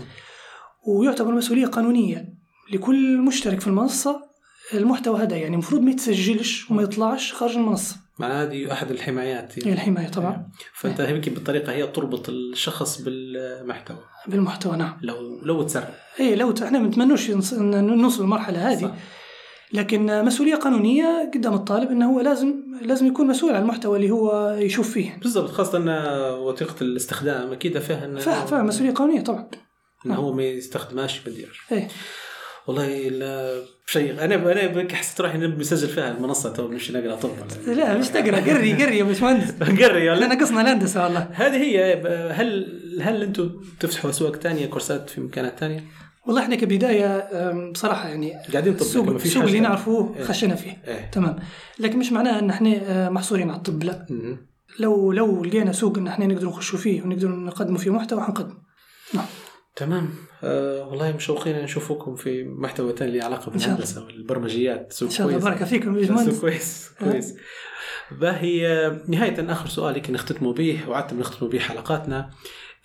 Speaker 2: ويعتبر مسؤولية قانونية لكل مشترك في المنصة المحتوى هذا يعني المفروض ما يتسجلش وما يطلعش خارج المنصة
Speaker 1: معناها هذه احد الحمايات
Speaker 2: هي الحماية طبعا
Speaker 1: فانت هيك بالطريقه هي تربط الشخص بالمحتوى
Speaker 2: بالمحتوى نعم
Speaker 1: لو لو تسرب
Speaker 2: اي لو ت- احنا ما نتمنوش ينص- إن نوصل للمرحله هذه
Speaker 1: صح.
Speaker 2: لكن مسؤوليه قانونيه قدام الطالب انه هو لازم لازم يكون مسؤول عن المحتوى اللي هو يشوف فيه
Speaker 1: بالضبط خاصة أن وثيقة الاستخدام أكيد فيها أنه
Speaker 2: فاهم فاهم مسؤوليه قانونيه طبعا
Speaker 1: أنه هو ما يستخدمهاش بالدير
Speaker 2: ايه
Speaker 1: والله لا شيء أنا أنا بك حسيت روحي إني مسجل فيها المنصة تو مش نقرأ طب [LAUGHS]
Speaker 2: لا مش تقرا قري قري يا باشمهندس
Speaker 1: قري
Speaker 2: لا
Speaker 1: ولا
Speaker 2: ناقصنا الهندسه والله
Speaker 1: هذه هي هل هل أنتم تفتحوا أسواق ثانية كورسات في مكانات ثانية؟
Speaker 2: والله احنا كبدايه أم، بصراحه يعني
Speaker 1: قاعدين طب
Speaker 2: السوق
Speaker 1: لكن ما فيش
Speaker 2: السوق
Speaker 1: حاجة.
Speaker 2: اللي نعرفوه
Speaker 1: إيه.
Speaker 2: خشينا فيه
Speaker 1: إيه
Speaker 2: تمام لكن مش معناه ان احنا آه، محصورين على الطب لا
Speaker 1: مهم.
Speaker 2: لو لو لقينا سوق ان احنا نقدر نخشوا فيه ونقدر نقدموا فيه محتوى حنقدمه نعم
Speaker 1: تمام آه والله مشوقين نشوفكم في محتوى ثاني له علاقة
Speaker 2: إن شاء الله.
Speaker 1: بالهندسة والبرمجيات سوق
Speaker 2: ان شاء الله
Speaker 1: كويس.
Speaker 2: بركه فيكم يا
Speaker 1: بس
Speaker 2: باشمهندس اه.
Speaker 1: كويس كويس باهي آه، نهاية آخر سؤال يمكن نختتموا به وعادة نختتموا به حلقاتنا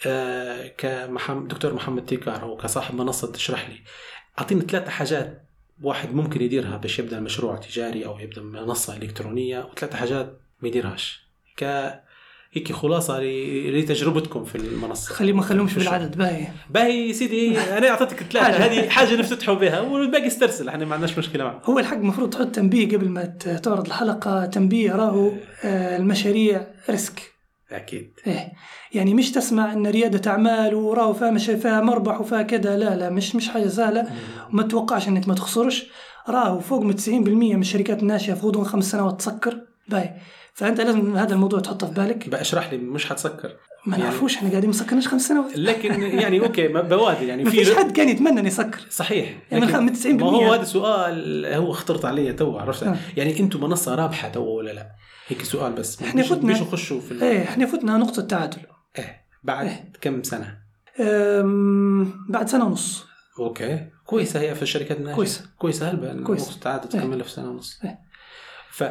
Speaker 1: آه، كمحمد دكتور محمد تيكار هو كصاحب منصة تشرح لي أعطينا ثلاثة حاجات واحد ممكن يديرها باش يبدأ مشروع تجاري أو يبدأ منصة إلكترونية وثلاثة حاجات ما يديرهاش ك هيك خلاصة ل- لتجربتكم في المنصة
Speaker 2: خلي ما نخلوهمش
Speaker 1: شو شو؟
Speaker 2: بالعدد باهي
Speaker 1: باهي يا سيدي أنا أعطيتك الثلاثة
Speaker 2: حاجة.
Speaker 1: هذه حاجة نفتتحوا بها والباقي استرسل احنا ما عندناش مشكلة معه
Speaker 2: هو الحق المفروض تحط تنبيه قبل ما ت- تعرض الحلقة تنبيه راهو آه، المشاريع ريسك
Speaker 1: أكيد
Speaker 2: إيه يعني مش تسمع ان ريادة اعمال وراهو فيها مش فيها مربح وفيها كذا لا لا مش مش حاجة سهلة وما تتوقعش انك ما تخسرش راهو فوق من 90% من الشركات الناشئة في غضون خمس سنوات تسكر باي فانت لازم هذا الموضوع تحطه في بالك
Speaker 1: بقى اشرح لي مش حتسكر
Speaker 2: ما
Speaker 1: يعني-
Speaker 2: نعرفوش احنا قاعدين مسكرناش خمس سنوات
Speaker 1: لكن يعني اوكي ما- بوادر يعني
Speaker 2: ما فيش حد كان يتمنى ان يسكر
Speaker 1: صحيح
Speaker 2: يعني
Speaker 1: لكن
Speaker 2: من 90%
Speaker 1: ما هو هذا سؤال هو اخترت علي تو عرفت
Speaker 2: آه.
Speaker 1: يعني انتم منصه رابحه تو ولا لا؟ هيك سؤال بس
Speaker 2: إحنا
Speaker 1: مش-
Speaker 2: فتنا.
Speaker 1: مش نخشوا في ال...
Speaker 2: ايه احنا فتنا نقطة تعادل
Speaker 1: إيه. بعد كم سنه؟
Speaker 2: أم، بعد سنة ونص
Speaker 1: اوكي كويسه هي في الشركات الناشئه
Speaker 2: كويسة.
Speaker 1: كويسه هلبا
Speaker 2: كويس.
Speaker 1: كويس تعادل
Speaker 2: إيه.
Speaker 1: تكملها في سنه ونص
Speaker 2: إيه.
Speaker 1: ف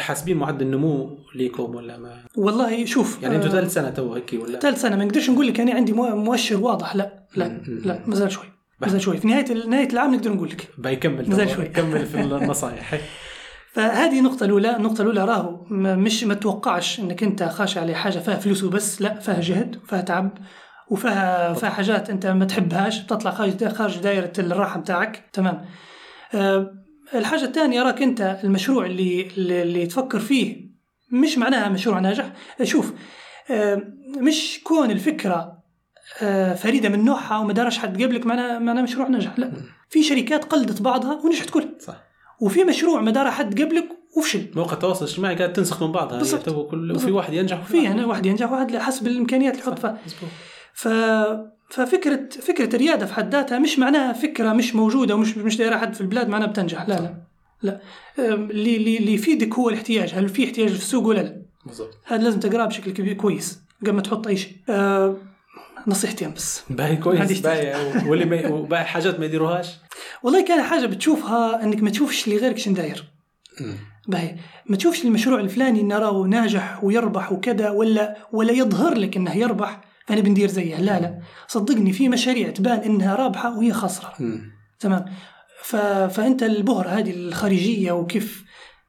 Speaker 1: حاسبين معدل النمو ليكم ولا ما
Speaker 2: والله شوف
Speaker 1: يعني انتم
Speaker 2: آه،
Speaker 1: ثالث سنه تو هيك ولا
Speaker 2: ثالث سنه ما نقدرش نقول لك انا عندي مو- مؤشر واضح لا لا
Speaker 1: مم.
Speaker 2: لا مازال شوي مازال شوي في نهايه نهايه العام نقدر نقول لك
Speaker 1: بيكمل
Speaker 2: مازال
Speaker 1: تو.
Speaker 2: شوي.
Speaker 1: كمل في النصائح إيه.
Speaker 2: فهذه النقطه الاولى النقطه الاولى راهو م- مش ما تتوقعش انك انت خاش على حاجه فيها فلوس وبس لا فيها جهد وفيها تعب وفيها فيها حاجات انت ما تحبهاش بتطلع خارج خارج دائره الراحه بتاعك تمام أه الحاجه الثانيه راك انت المشروع اللي اللي اللي تفكر فيه آه، مش معناها مشروع ناجح شوف أه مش كون الفكره آه، فريده من نوعها وما دارش حد قبلك معناها معناها مشروع نجح لا في شركات قلدت بعضها ونجحت كلها
Speaker 1: صح
Speaker 2: وفي مشروع ما دار حد قبلك وفشل
Speaker 1: مواقع التواصل الاجتماعي قاعد تنسخ من بعضها
Speaker 2: بالضبط.
Speaker 1: يعني تو كل
Speaker 2: بالضبط.
Speaker 1: وفي واحد ينجح وفي
Speaker 2: في هنا واحد ينجح واحد لا، حسب الامكانيات اللي يحط فيها
Speaker 1: مظبوط.
Speaker 2: ف ففكرة فكرة الريادة في حد ذاتها مش معناها فكرة مش موجودة ومش مش دايرة حد في البلاد معناها بتنجح لا لا لا أم، اللي اللي اللي يفيدك هو الاحتياج هل في احتياج في السوق ولا لا
Speaker 1: بالضبط
Speaker 2: هذا لازم تقراه بشكل كبير كويس قبل ما تحط اي شيء أه، نصيحتين بس
Speaker 1: باهي
Speaker 2: عندي
Speaker 1: كويس
Speaker 2: احتياج.
Speaker 1: باهي [LAUGHS] واللي ما وباقي حاجات ما يديروهاش
Speaker 2: والله كان حاجة بتشوفها انك ما تشوفش اللي غيرك شن داير باهي ما تشوفش المشروع الفلاني انه راهو ناجح ويربح وكذا ولا ولا يظهر لك انه يربح فانا بندير زيه لا لا صدقني في مشاريع تبان انها رابحه وهي خاسره تمام ف... فانت البهره هذه الخارجيه وكيف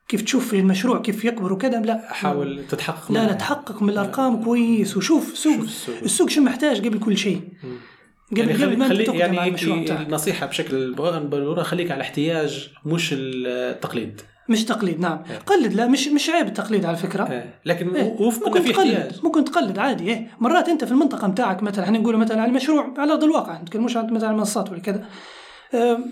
Speaker 2: كيف تشوف المشروع كيف يكبر وكذا لا
Speaker 1: حاول تتحقق
Speaker 2: لا لا
Speaker 1: منها.
Speaker 2: تحقق من الارقام كويس وشوف سوق
Speaker 1: شوف السوق.
Speaker 2: السوق شو محتاج قبل كل شيء
Speaker 1: مم.
Speaker 2: قبل
Speaker 1: يعني
Speaker 2: قبل
Speaker 1: خلي
Speaker 2: ما
Speaker 1: خلي
Speaker 2: تقدم
Speaker 1: يعني
Speaker 2: على المشروع
Speaker 1: هيك
Speaker 2: بتاعك
Speaker 1: النصيحه بشكل بالورقه خليك على الاحتياج مش التقليد
Speaker 2: مش تقليد نعم
Speaker 1: إيه.
Speaker 2: قلد لا مش مش عيب التقليد على فكره
Speaker 1: إيه. لكن
Speaker 2: إيه،
Speaker 1: وفقنا
Speaker 2: ممكن
Speaker 1: في
Speaker 2: تقلد
Speaker 1: احتياج
Speaker 2: ممكن تقلد عادي ايه مرات انت في المنطقه متاعك مثلا احنا نقول مثلا على المشروع على ارض الواقع ما نتكلموش عن مثلا على المنصات ولا كذا آم،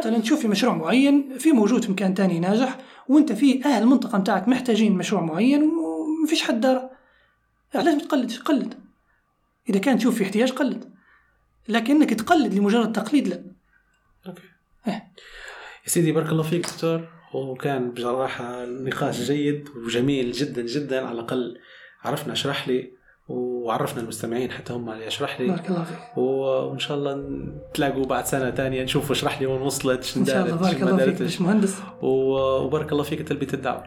Speaker 2: مثلا تشوف في مشروع معين في موجود في مكان تاني ناجح وانت في اهل المنطقه متاعك محتاجين مشروع معين وما فيش حد داره علاش ما تقلدش قلد اذا كان تشوف في احتياج قلد لكنك تقلد لمجرد تقليد لا إيه.
Speaker 1: يا سيدي بارك الله فيك دكتور وكان بصراحة نقاش جيد وجميل جدا جدا على الأقل عرفنا اشرح لي وعرفنا المستمعين حتى هم على اشرح لي
Speaker 2: بارك الله فيك
Speaker 1: وان شاء الله نتلاقوا بعد سنه ثانيه نشوف اشرح لي وين وصلت شن
Speaker 2: ان شاء
Speaker 1: دارت
Speaker 2: الله
Speaker 1: شن
Speaker 2: بارك
Speaker 1: ما
Speaker 2: الله فيك
Speaker 1: دارتش.
Speaker 2: باش مهندس
Speaker 1: و- وبارك الله فيك تلبيه الدعوه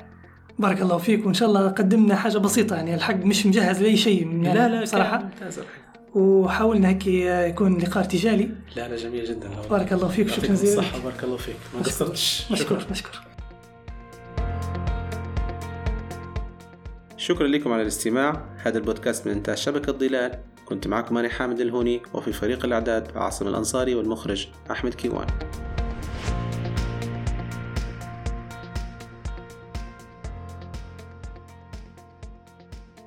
Speaker 2: بارك الله فيك وان شاء الله قدمنا حاجه بسيطه يعني الحق مش مجهز لاي شيء يعني
Speaker 1: صراحه
Speaker 2: بصراحه
Speaker 1: ممتاز الحقيقة.
Speaker 2: وحاولنا هيك يكون لقاء ارتجالي
Speaker 1: لا لا جميل جدا
Speaker 2: بارك الله فيك شكرا
Speaker 1: يعطيكم
Speaker 2: جزيلا
Speaker 1: الصحه بارك الله فيك ما قصرتش
Speaker 2: مشكور مشكور
Speaker 3: شكرا لكم على الاستماع هذا البودكاست من إنتاج شبكة ظلال كنت معكم أنا حامد الهوني وفي فريق الإعداد عاصم الأنصاري والمخرج أحمد كيوان